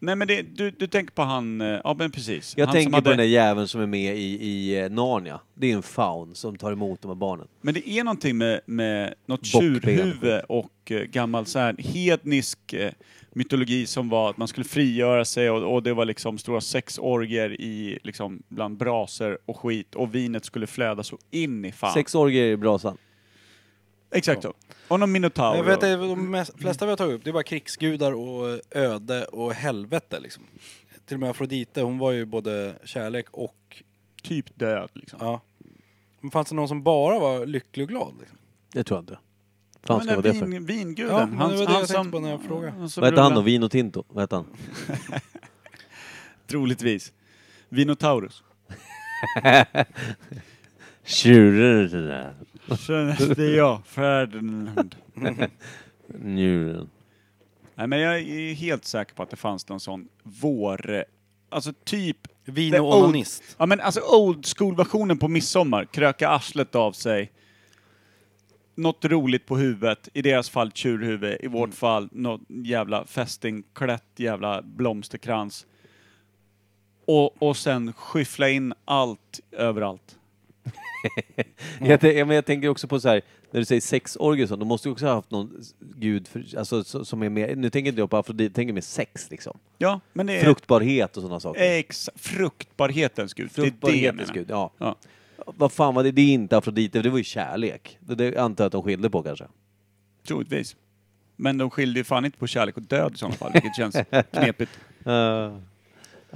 S1: Nej men det, du, du tänker på han, eh, ja men precis.
S3: Jag
S1: han som
S3: tänker på den där jäveln som är med i, i eh, Narnia. Det är en faun som tar emot de här barnen.
S1: Men det är någonting med, med något
S3: Bockben.
S1: tjurhuvud och eh, gammal så här hednisk eh, mytologi som var att man skulle frigöra sig och, och det var liksom stora sexorger i, liksom, bland braser och skit och vinet skulle flöda så in i fan.
S3: Sex orger i brasan.
S1: Exakt så. Och någon minotaur.
S5: Men jag vet,
S1: och-
S5: att de mest- flesta vi har tagit upp, det är bara krigsgudar och öde och helvete liksom. Till och med Afrodite, hon var ju både kärlek och...
S1: typ död liksom.
S5: Ja. Men fanns det någon som bara var lycklig och glad? Liksom?
S3: Det tror jag inte.
S1: Men
S3: Fan ska
S1: den
S3: vara det för?
S1: vin, vinguden.
S5: Ja, men det var det jag tänkte på när jag frågade.
S1: som
S3: Vad hette han då?
S1: rullade-
S3: Vino Tinto? Vad hette han?
S1: Troligtvis. Vinotaurus.
S3: Tjuren.
S1: Sen, det är jag, Ferdinand.
S3: Njuren.
S1: Nej, men jag är helt säker på att det fanns någon sån vår... Alltså typ...
S5: Vin
S1: The
S5: och
S1: old-
S5: onanist.
S1: Ja men alltså old school-versionen på midsommar. Kröka arslet av sig. Något roligt på huvudet. I deras fall tjurhuvud. I
S3: Mm.
S1: vårt fall något jävla fästingklätt jävla blomsterkrans. Och, och sen skyffla in allt överallt.
S3: Jag, tän- ja, men jag tänker också på så här, när du säger sexorgie och sånt, de måste ju också ha haft någon s- gud för, alltså, så- som är mer, nu tänker inte jag på afrodit, jag tänker mer sex liksom.
S1: Ja, men det är...
S3: Fruktbarhet och sådana saker.
S1: Ex, fruktbarhetens gud. Eh, Det är det jag
S3: Fruktbarhetens
S1: menar.
S3: gud, ja.
S1: Ja.
S3: Vad fan var det? Det är inte Afrodite, det var ju kärlek. Det, det antar jag att de skilde på kanske.
S1: Troligtvis. Men de skilde ju fan inte på kärlek och död i sådana fall, vilket känns knepigt.
S3: Eh,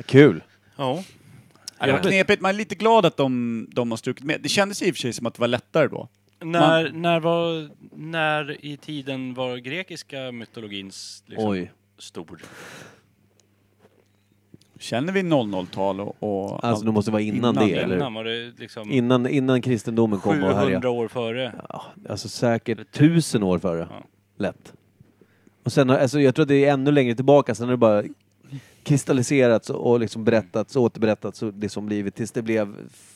S3: kul!
S5: Ja.
S1: Ja, det var knepigt, man är lite glad att de, de har strukit med. Det kändes i och för sig som att det var lättare då.
S5: När, när, var, när i tiden var grekiska mytologins liksom,
S3: Oj.
S5: stor?
S1: Känner vi 00-tal och... och
S3: Alltså det måste vara innan,
S1: Innan
S3: det,
S1: det,
S3: eller?
S5: Innan var det liksom
S3: Innan, innan kristendomen kom och
S5: 700
S3: härjade.
S5: år före?
S3: Ja, alltså säkert tusen år före.
S5: Ja.
S3: Lätt. Och sen, har- alltså, jag tror att det är ännu längre tillbaka, sen har det bara kristalliserats och liksom berättats,
S1: Mm.
S3: återberättats och liksom blivit tills det blev f-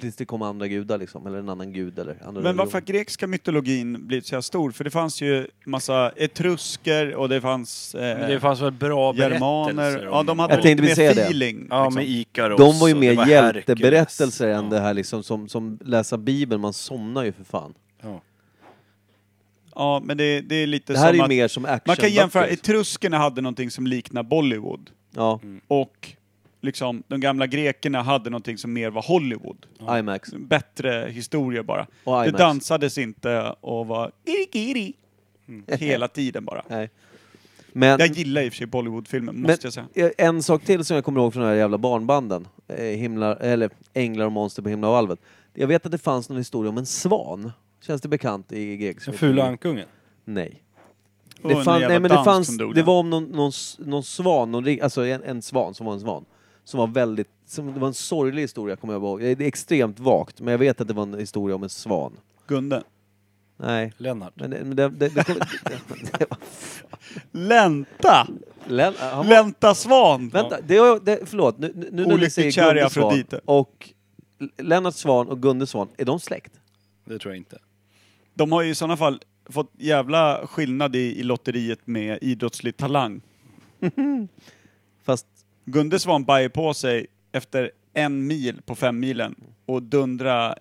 S3: tills det kom andra gudar liksom, eller en annan gud eller andra
S1: Men varför har
S3: religioner.
S1: grekiska mytologin blivit så här stor? För det fanns ju massa etrusker och det fanns... Eh,
S5: Men det fanns väl bra
S1: Germaner.
S5: berättelser?
S1: Ja, de hade
S3: Jag
S1: lite
S3: tänkte
S1: mer
S3: precis säga det.
S1: feeling.
S4: Ja,
S1: liksom.
S4: med Ikaros.
S3: De var ju
S4: och det
S3: mer
S4: var
S3: hjälteberättelser
S4: Herkules.
S3: än det här liksom som, som läsa bibeln, man somnar ju för fan.
S1: Ja, men det, det är lite
S3: Det här är
S1: som
S3: ju
S1: att...
S3: mer som action
S1: man kan jämföra, etruskerna hade någonting som liknar Bollywood.
S4: Mm.
S3: Ja,
S1: Mm, Och liksom, de gamla grekerna hade någonting som mer var Hollywood.
S3: IMAX.
S1: Bättre historia bara.
S3: Och
S1: Det
S3: IMAX. Mm.
S1: dansades inte och var giri giri hela tiden bara.
S3: Nej. Men,
S1: Jag gillar i och för sig Bollywoodfilmen,
S3: men
S1: måste jag säga.
S3: en sak till som jag kommer ihåg från de här jävla barnbanden. eh, Himlar, eller Änglar och monster på himlavalvet. Jag vet att det fanns någon historia om en svan. Känns det bekant i grekisk
S5: Den fula ankungen.
S3: Nej.
S1: Och
S3: Det
S1: en
S3: fann,
S1: jävla
S3: nej men det
S1: dans
S3: fanns,
S1: som dog
S3: det
S1: där.
S3: var om någon, någon, s- någon svan, någon, ri- alltså en, en svan som var en svan. Som var väldigt, som, det var en sorglig historia kommer jag ihåg. Det är extremt vagt, men jag vet att det var en historia om en svan.
S1: Gunde.
S3: Nej.
S5: Lennart.
S3: Men det, men det, det, det, kom, det var,
S1: Länta!
S3: Len, han,
S1: Länta Svan!
S3: vänta, det, var- det, förlåt. Nu, nu- nu när ni
S1: Olyckligt
S3: säger
S1: kär i
S3: Gunde Svan
S1: Afrodite.
S3: och L- Lennart Svan och Gunde Svan, är de släkt?
S5: Det tror jag inte.
S1: De har ju i sådana fall fått jävla skillnad i, i lotteriet med idrottslig talang.
S3: Fast
S1: Gunde Svan bajade på sig efter en mil på fem milen och dundra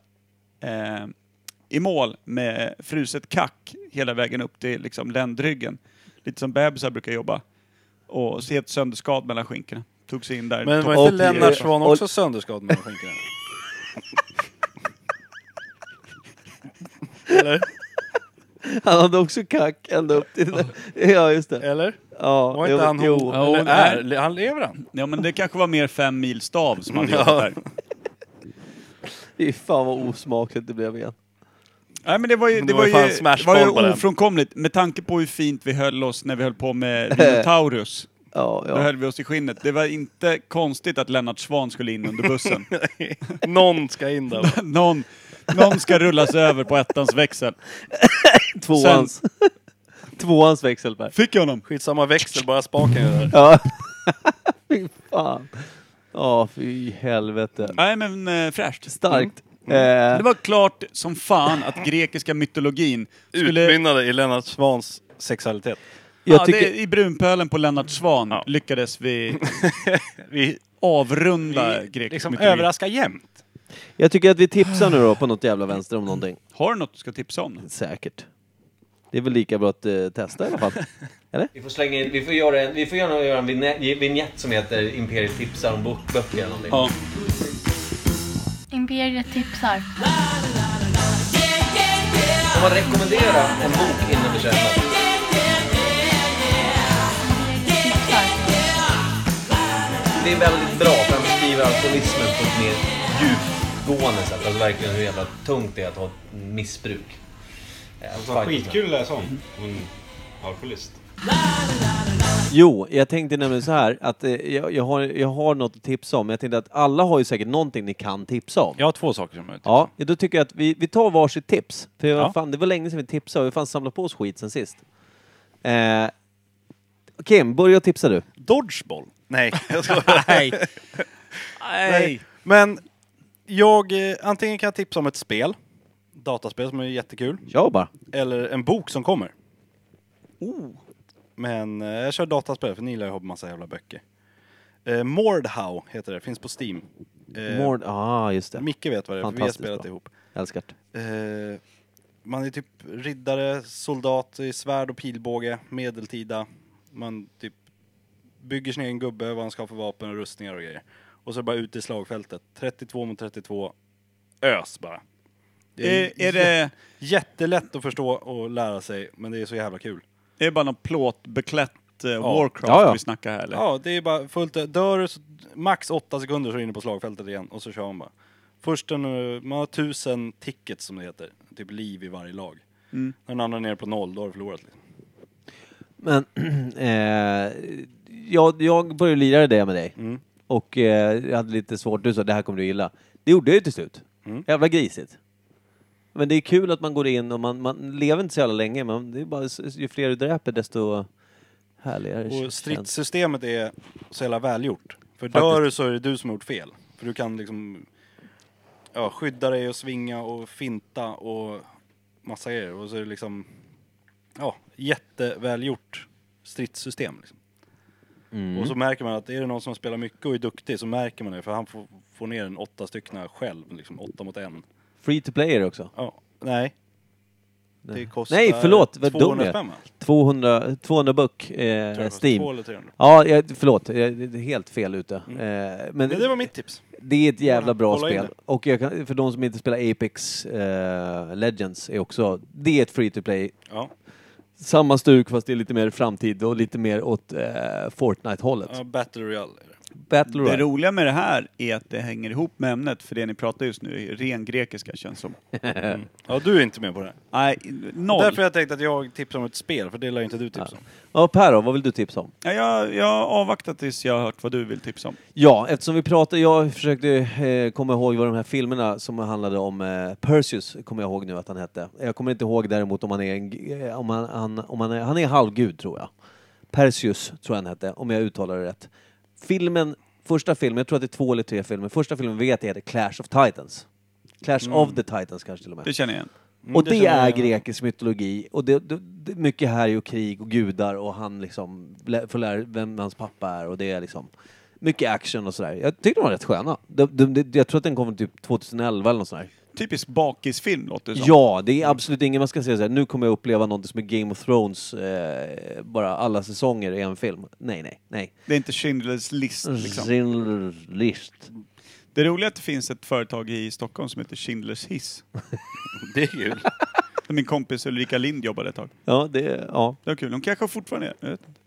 S1: eh, i mål med fruset kack hela vägen upp till liksom, ländryggen. Lite som bebisar brukar jobba. Och helt sönderskad mellan skinkorna. Tog sig in där.
S5: Men
S1: Topp-
S5: var inte
S3: Och-
S5: Lennart Svan
S3: och-
S5: också sönderskadad mellan skinkorna? Eller?
S3: han hade också kack ända upp till... Ja, just det.
S5: Eller?
S3: Ja,
S5: Var inte
S3: jo,
S5: han
S3: jo.
S5: ho-
S1: Jo,
S5: Eller är? Han lever han?
S1: Ja men det kanske var mer fem mil stav som hade jobbat där.
S3: Fy fan vad osmakligt det blev igen.
S1: Nej men det var ju, det
S5: det
S1: var
S5: var
S1: ju,
S5: fan smash
S1: det var
S5: ball på
S1: ju
S5: den.
S1: ofrånkomligt med tanke på hur fint vi höll oss när vi höll på med Minotaurus.
S3: Ja,
S1: Då
S3: ja.
S1: höll vi oss i skinnet. Det var inte konstigt att Lennart Svan skulle in under bussen.
S5: Någon ska in där.
S1: någon, någon ska rullas över på ettans växel.
S3: Tvåans. Tvåans växelberg.
S1: Fick jag honom?
S5: Skitsamma växel, bara spaken gör det.
S3: Ja. fy fan. Ja, fy helvete.
S1: Nej men eh, fräscht.
S3: Starkt.
S1: Mm. Det
S3: Eh,
S1: var klart som fan att grekiska mytologin skulle...
S5: Utmynnade i Lennart Svans sexualitet.
S3: jag
S1: ja,
S3: tycker...
S1: det, I brunpölen på Lennart Svan lyckades vi, vi avrunda grekisk
S5: Liksom
S1: mytologi.
S5: överraska jämt.
S3: Jag tycker att vi tipsar nu då på något jävla vänster om någonting.
S1: Har du något du ska tipsa om?
S3: Säkert. Det är väl lika bra att eh, testa i alla fall. Eller?
S8: Vi får slänga in, vi får göra en, vi får gärna göra en vinä- vignett som heter Imperiet tipsar om bok- böcker eller någonting.
S1: Ja.
S6: Imperiet tipsar.
S8: Får man rekommendera en bok innan vi köper? Det är väldigt bra för han beskriver alkoholismen på ett mer djupgående sätt. Alltså verkligen hur jävla tungt det är att ha ett missbruk. Alltså,
S9: Skitkul att läsa om. Mm. Alkoholist.
S3: Jo, jag tänkte nämligen så här att eh, jag, jag, har, jag har något att tipsa om. men Jag tänkte att alla har ju säkert någonting ni kan tipsa om.
S5: Jag har två saker som jag tycker.
S3: Ja, då tycker jag att vi, vi tar varsitt tips. För jag,
S5: Ja.
S3: fan, det var länge sedan vi tipsade och vi har fan samlat på oss skit sen sist. Eh, Kim, börja tipsa du.
S5: Dodgeball? Nej, jag skojar. Nej. Nej. Men jag, eh, antingen kan jag tipsa om ett spel, dataspel som är jättekul,
S3: Kör bara.
S5: eller en bok som kommer. Oh. Men eh, jag kör dataspel för ni lär ju ha massa jävla böcker. Eh, Mordhau heter det, finns på Steam. Eh,
S3: Mord, ah, just det.
S5: Micke vet vad det är, för vi har
S3: Fantastiskt
S5: spelat
S3: bra.
S5: ihop.
S3: Älskar det.
S5: Eh, man är typ riddare, soldat i svärd och pilbåge, medeltida. Man typ bygger sin egen gubbe, vad han ska ha för vapen och rustningar och grejer. Och så bara ut i slagfältet. 32 mot 32. Ös bara. Det är,
S1: Eh, Är, är det...
S5: jättelätt att förstå och lära sig, men det är så jävla kul.
S1: Det är bara någon plåtbeklätt eh, Warcraft
S3: Ja, ja.
S1: vi snackar här eller?
S5: Ja, det är bara fullt... Dör du så- max 8 sekunder så är du inne på slagfältet igen och så kör man bara. Först en, eh, man har tusen tickets som det heter, typ liv i varje lag. När den andra är nere på noll, då har du förlorat. Liksom.
S3: Men eh, jag, jag började lira det med dig. Och eh, jag hade lite svårt. Du sa det här kommer du gilla. Det gjorde jag ju till slut. Jävla grisigt. Men det är kul att man går in och man, man lever inte så jävla länge. Men det är bara, s- ju fler du dräper desto härligare
S5: Och
S3: känns det.
S5: stridssystemet är så jävla välgjort. För
S3: Faktiskt.
S5: dör du så är det du som har gjort fel. För du kan liksom ja, skydda dig och svinga och finta och massa grejer. Och så är det liksom ja, jättevälgjort stridssystem. Liksom.
S3: Mm.
S5: Och så märker man att är det någon som spelar mycket och är duktig så märker man det. För han får, får ner en åtta stycken själv, liksom åtta mot en.
S3: Free to player också.
S5: Ja, nej. Det kostar
S3: Nej, förlåt. Vad dum
S5: 200
S3: jag är.
S5: spänn va?
S3: 200, 200 buck
S5: Tror jag
S3: eh,
S5: det kostar. Två
S3: Steam.
S5: eller 300.
S3: Ja, jag, förlåt. Jag är helt fel ute. Eh, men
S5: Men det var mitt tips.
S3: det är ett jävla bra
S5: Kolla in
S3: spel. Och jag kan, för de som inte spelar Apex eh, Legends är också... Det är ett free to play
S5: Ja.
S3: samma stuk fast det är lite mer framtid och lite mer åt eh, Fortnite-hållet.
S5: Ja, Battle Royale. är det.
S3: Battle
S1: Det
S3: Royale.
S1: roliga med det här är att det hänger ihop med ämnet, för det ni pratar just nu är ren grekiska känns som.
S3: Eh.
S5: Mm. Ja, du är inte med på det.
S1: Nej, noll.
S5: Därför jag tänkte att jag tipsar om ett spel, för det lär ju inte du tipsa om.
S3: Ja, per då, vad vill du tipsa om?
S1: Ja, jag, jag avvaktar tills jag har hört vad du vill tipsa om.
S3: Ja, eftersom vi pratade, jag försökte eh, komma ihåg vad de här filmerna som handlade om eh, Perseus, kommer jag ihåg nu att han hette. Jag kommer inte ihåg däremot om han är en, g- eh, om han, han, om han, är, han är halvgud tror jag. Perseus tror jag han hette, om jag uttalar det rätt. Filmen, första filmen, jag tror att det är två eller tre filmer, första filmen vet jag heter Clash of Titans. Clash of the Titans kanske till och med.
S1: Det känner jag igen.
S3: och
S5: det
S3: det,
S5: känner
S3: är
S5: jag.
S3: grekisk mytologi och det, det, det, mycket härj och krig och gudar och han liksom lä- får lära vem hans pappa är och det är liksom mycket action och sådär. Jag tyckte de var rätt sköna. De, de, de, jag tror att den kom typ 2011 eller något sånt där.
S1: Typisk bakisfilm låter det som.
S3: Ja, det är absolut ingen man ska säga såhär, nu kommer jag uppleva något som är Game of Thrones, eh, bara alla säsonger i en film. Nej, nej, nej.
S1: Det är inte Schindler's list liksom.
S3: Schindler's List.
S1: Det roliga är att det finns ett företag i Stockholm som heter Schindler's Hiss.
S5: Det är kul.
S1: Där min kompis Ulrika Lind jobbade ett tag.
S3: Ja, det, ja,
S1: Det var kul. De kanske fortfarande är. jag vet inte.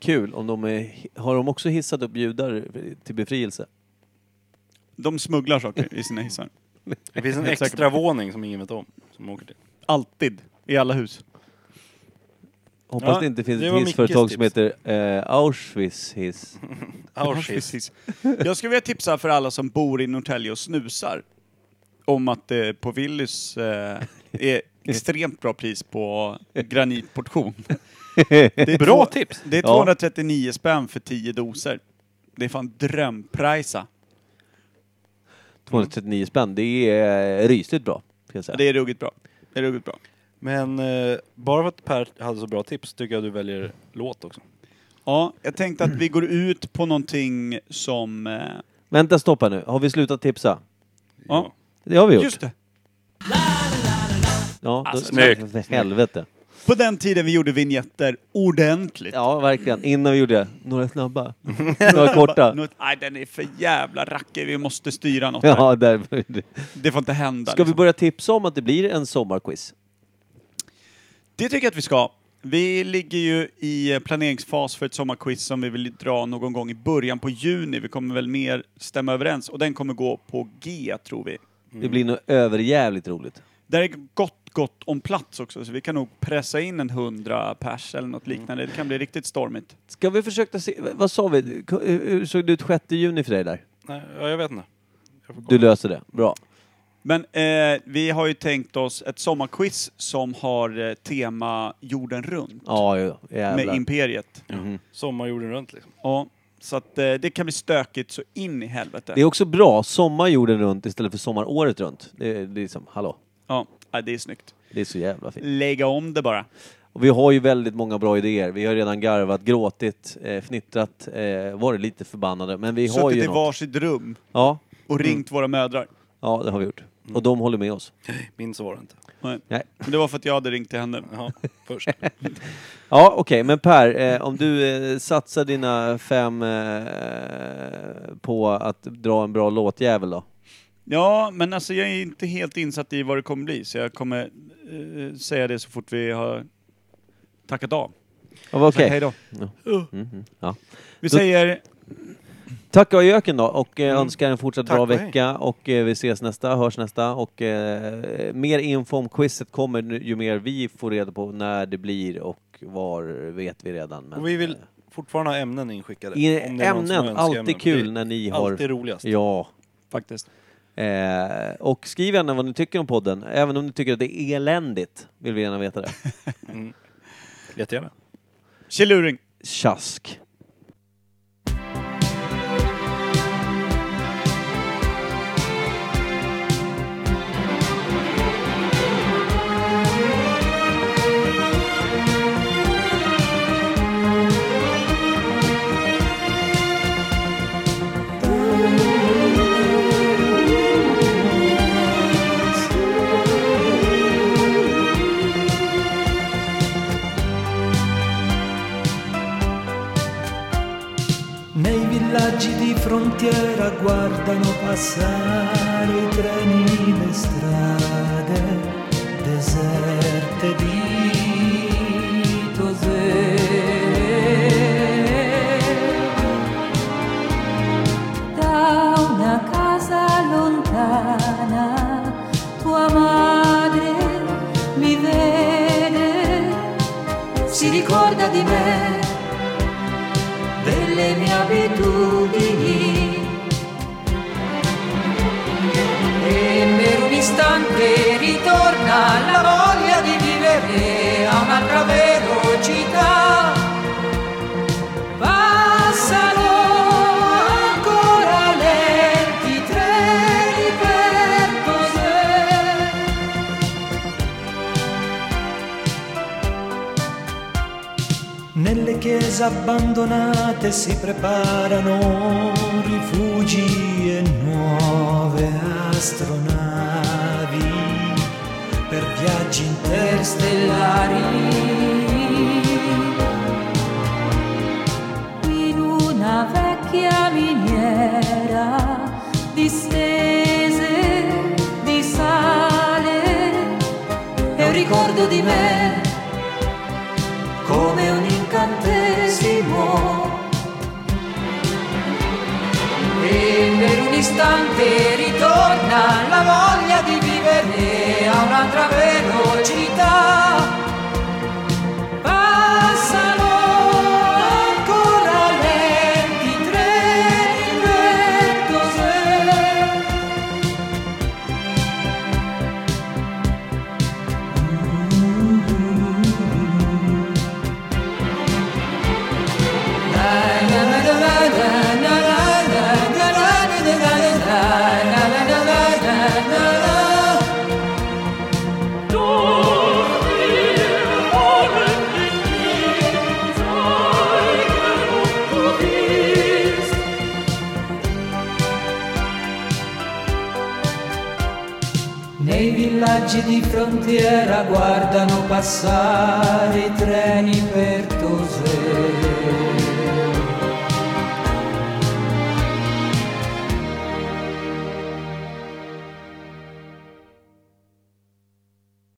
S3: kul om de är, har de också hissat upp judar till befrielse?
S1: De smugglar saker i sina hissar.
S5: Det finns en
S1: Helt säker på.
S5: extra våning som ingen vet om, som åker till.
S1: Alltid. I alla hus.
S3: Hoppas
S5: Ja,
S3: det inte finns
S5: det
S3: ett
S5: var
S3: hissföretag
S5: Mickes
S3: som heter eh, Auschwitz Hiss.
S5: Auschwitz.
S1: Precis. Jag skulle vilja tipsa för alla som bor i Norrtälje och snusar om att eh, på Willys eh, är extremt bra pris på granitportion. Det är
S5: Bra
S1: två-
S5: tips!
S1: Det är
S3: Ja.
S1: 239 spänn för 10 doser. Det är fan drömprisa.
S3: 239 spänn, det är eh, rysligt bra. Ska jag säga.
S1: Det är ruggigt bra. Det är ruggigt bra.
S5: Men eh, bara för att Per hade så bra tips tycker jag du väljer låt också.
S1: Ja, jag tänkte att vi går ut på någonting som... Eh,
S3: Vänta, stoppa nu. Har vi slutat tipsa?
S1: ja,
S3: Det har vi gjort.
S1: just det.
S3: Ja, då,
S5: Alltså, snyggt.
S3: För helvete.
S1: På den tiden vi gjorde vignetter ordentligt.
S3: Ja,
S1: Mm.
S3: verkligen. Innan vi gjorde det. Några snabba. Några korta.
S1: Något, nej, den är för jävla rackig. Vi måste styra något. här.
S3: Ja, där.
S1: Det får inte hända.
S3: Ska vi
S1: liksom.
S3: börja tipsa om att det blir en sommarquiz?
S1: Det tycker jag att vi ska. Vi ligger ju i eh, planeringsfas för ett sommarquiz som vi vill dra någon gång i början på juni. Vi kommer väl mer stämma överens och den kommer gå på G tror vi.
S3: Det
S1: Mm.
S3: blir nog överjävligt roligt.
S1: Där är gott, gott om plats också så vi kan nog pressa in en hundra pers eller något liknande. Det kan bli riktigt stormigt.
S3: Ska vi försöka se, vad sa vi? Hur hur såg det ut 6 juni för dig där?
S5: Nej, ja, jag vet inte. Jag får
S3: Du
S5: kolla.
S3: löser det. Bra.
S1: Men eh, vi har ju tänkt oss ett sommarquiz som har eh, tema jorden runt
S3: Ja, ja,
S1: med
S3: jävlar. Mhm.
S1: Imperiet.
S5: Sommarjorden runt liksom.
S1: Ja, så att eh, det kan bli stökigt så in i helvete.
S3: Det är också bra, sommar jorden runt istället för sommar året runt. Det är liksom, hallå,
S1: Ja, ja, det är snyggt.
S3: det är så jävla fint.
S1: Lägga om det bara.
S3: Och vi har ju väldigt många bra idéer. Vi har redan garvat, gråtit, eh, fnittrat, eh, varit lite förbannade. Men vi har
S1: Suttit
S3: ju
S1: i
S3: något. Mm.
S1: varsitt rum
S3: Ja,
S1: och ringt våra mödrar.
S3: ja, det har vi gjort. Och de håller med oss.
S5: Min så var det inte.
S1: Mm. Nej.
S3: Nej.
S1: Men det var för att jag hade ringt till henne.
S5: Ja, först.
S3: Ja, okej, men Per, eh, om du eh, satsar dina fem eh, på att dra en bra låtjävel då?
S1: Ja, men alltså jag är inte helt insatt i vad det kommer bli, så jag kommer eh, säga det så fort vi har tackat av.
S3: Ja, vad Okej.
S1: Hej då.
S3: Ja.
S1: Vi
S3: Då-
S1: säger
S3: Tack och göken då och eh, önskar en fortsatt
S5: Mm. Tack
S3: bra
S5: och hej.
S3: vecka och eh, vi ses nästa, hörs nästa och eh, mer info om quizet kommer nu, ju mer vi får reda på när det blir och var vet vi redan. Men,
S5: Och vi vill
S3: eh,
S5: fortfarande ha ämnen inskickade.
S3: i
S5: Om det är någon som
S3: ämnen,
S5: önskar
S3: alltid
S5: ämnen.
S3: kul
S5: Det
S3: när ni
S5: är
S3: har...
S5: Alltid roligast.
S3: Ja.
S1: faktiskt.
S3: Eh, och skriv gärna vad ni tycker om podden, även om ni tycker att det är eländigt, vill vi gärna veta det.
S5: Jättegärna.
S1: Tjeluring!
S3: Tjask!
S10: Nei villaggi di frontiera guardano passare i treni le strade deserte di
S11: si ricorda di me, delle mie abitudini. E per un istante ritorna la voglia di vivere a un'altra velocità. Passano ancora lenti treni per Cos'è
S10: Nelle chiese abbandonate si preparano rifugi e nuove astronavi per viaggi interstellari.
S11: in una vecchia miniera distese di sale è un ricordo di me come un incantesimo e per un istante ritorna la voglia di vivere a un'altra velocità Passano ancora lenti treni per Cos'è
S10: Nei villaggi di frontiera guardano passare i treni per Tosè.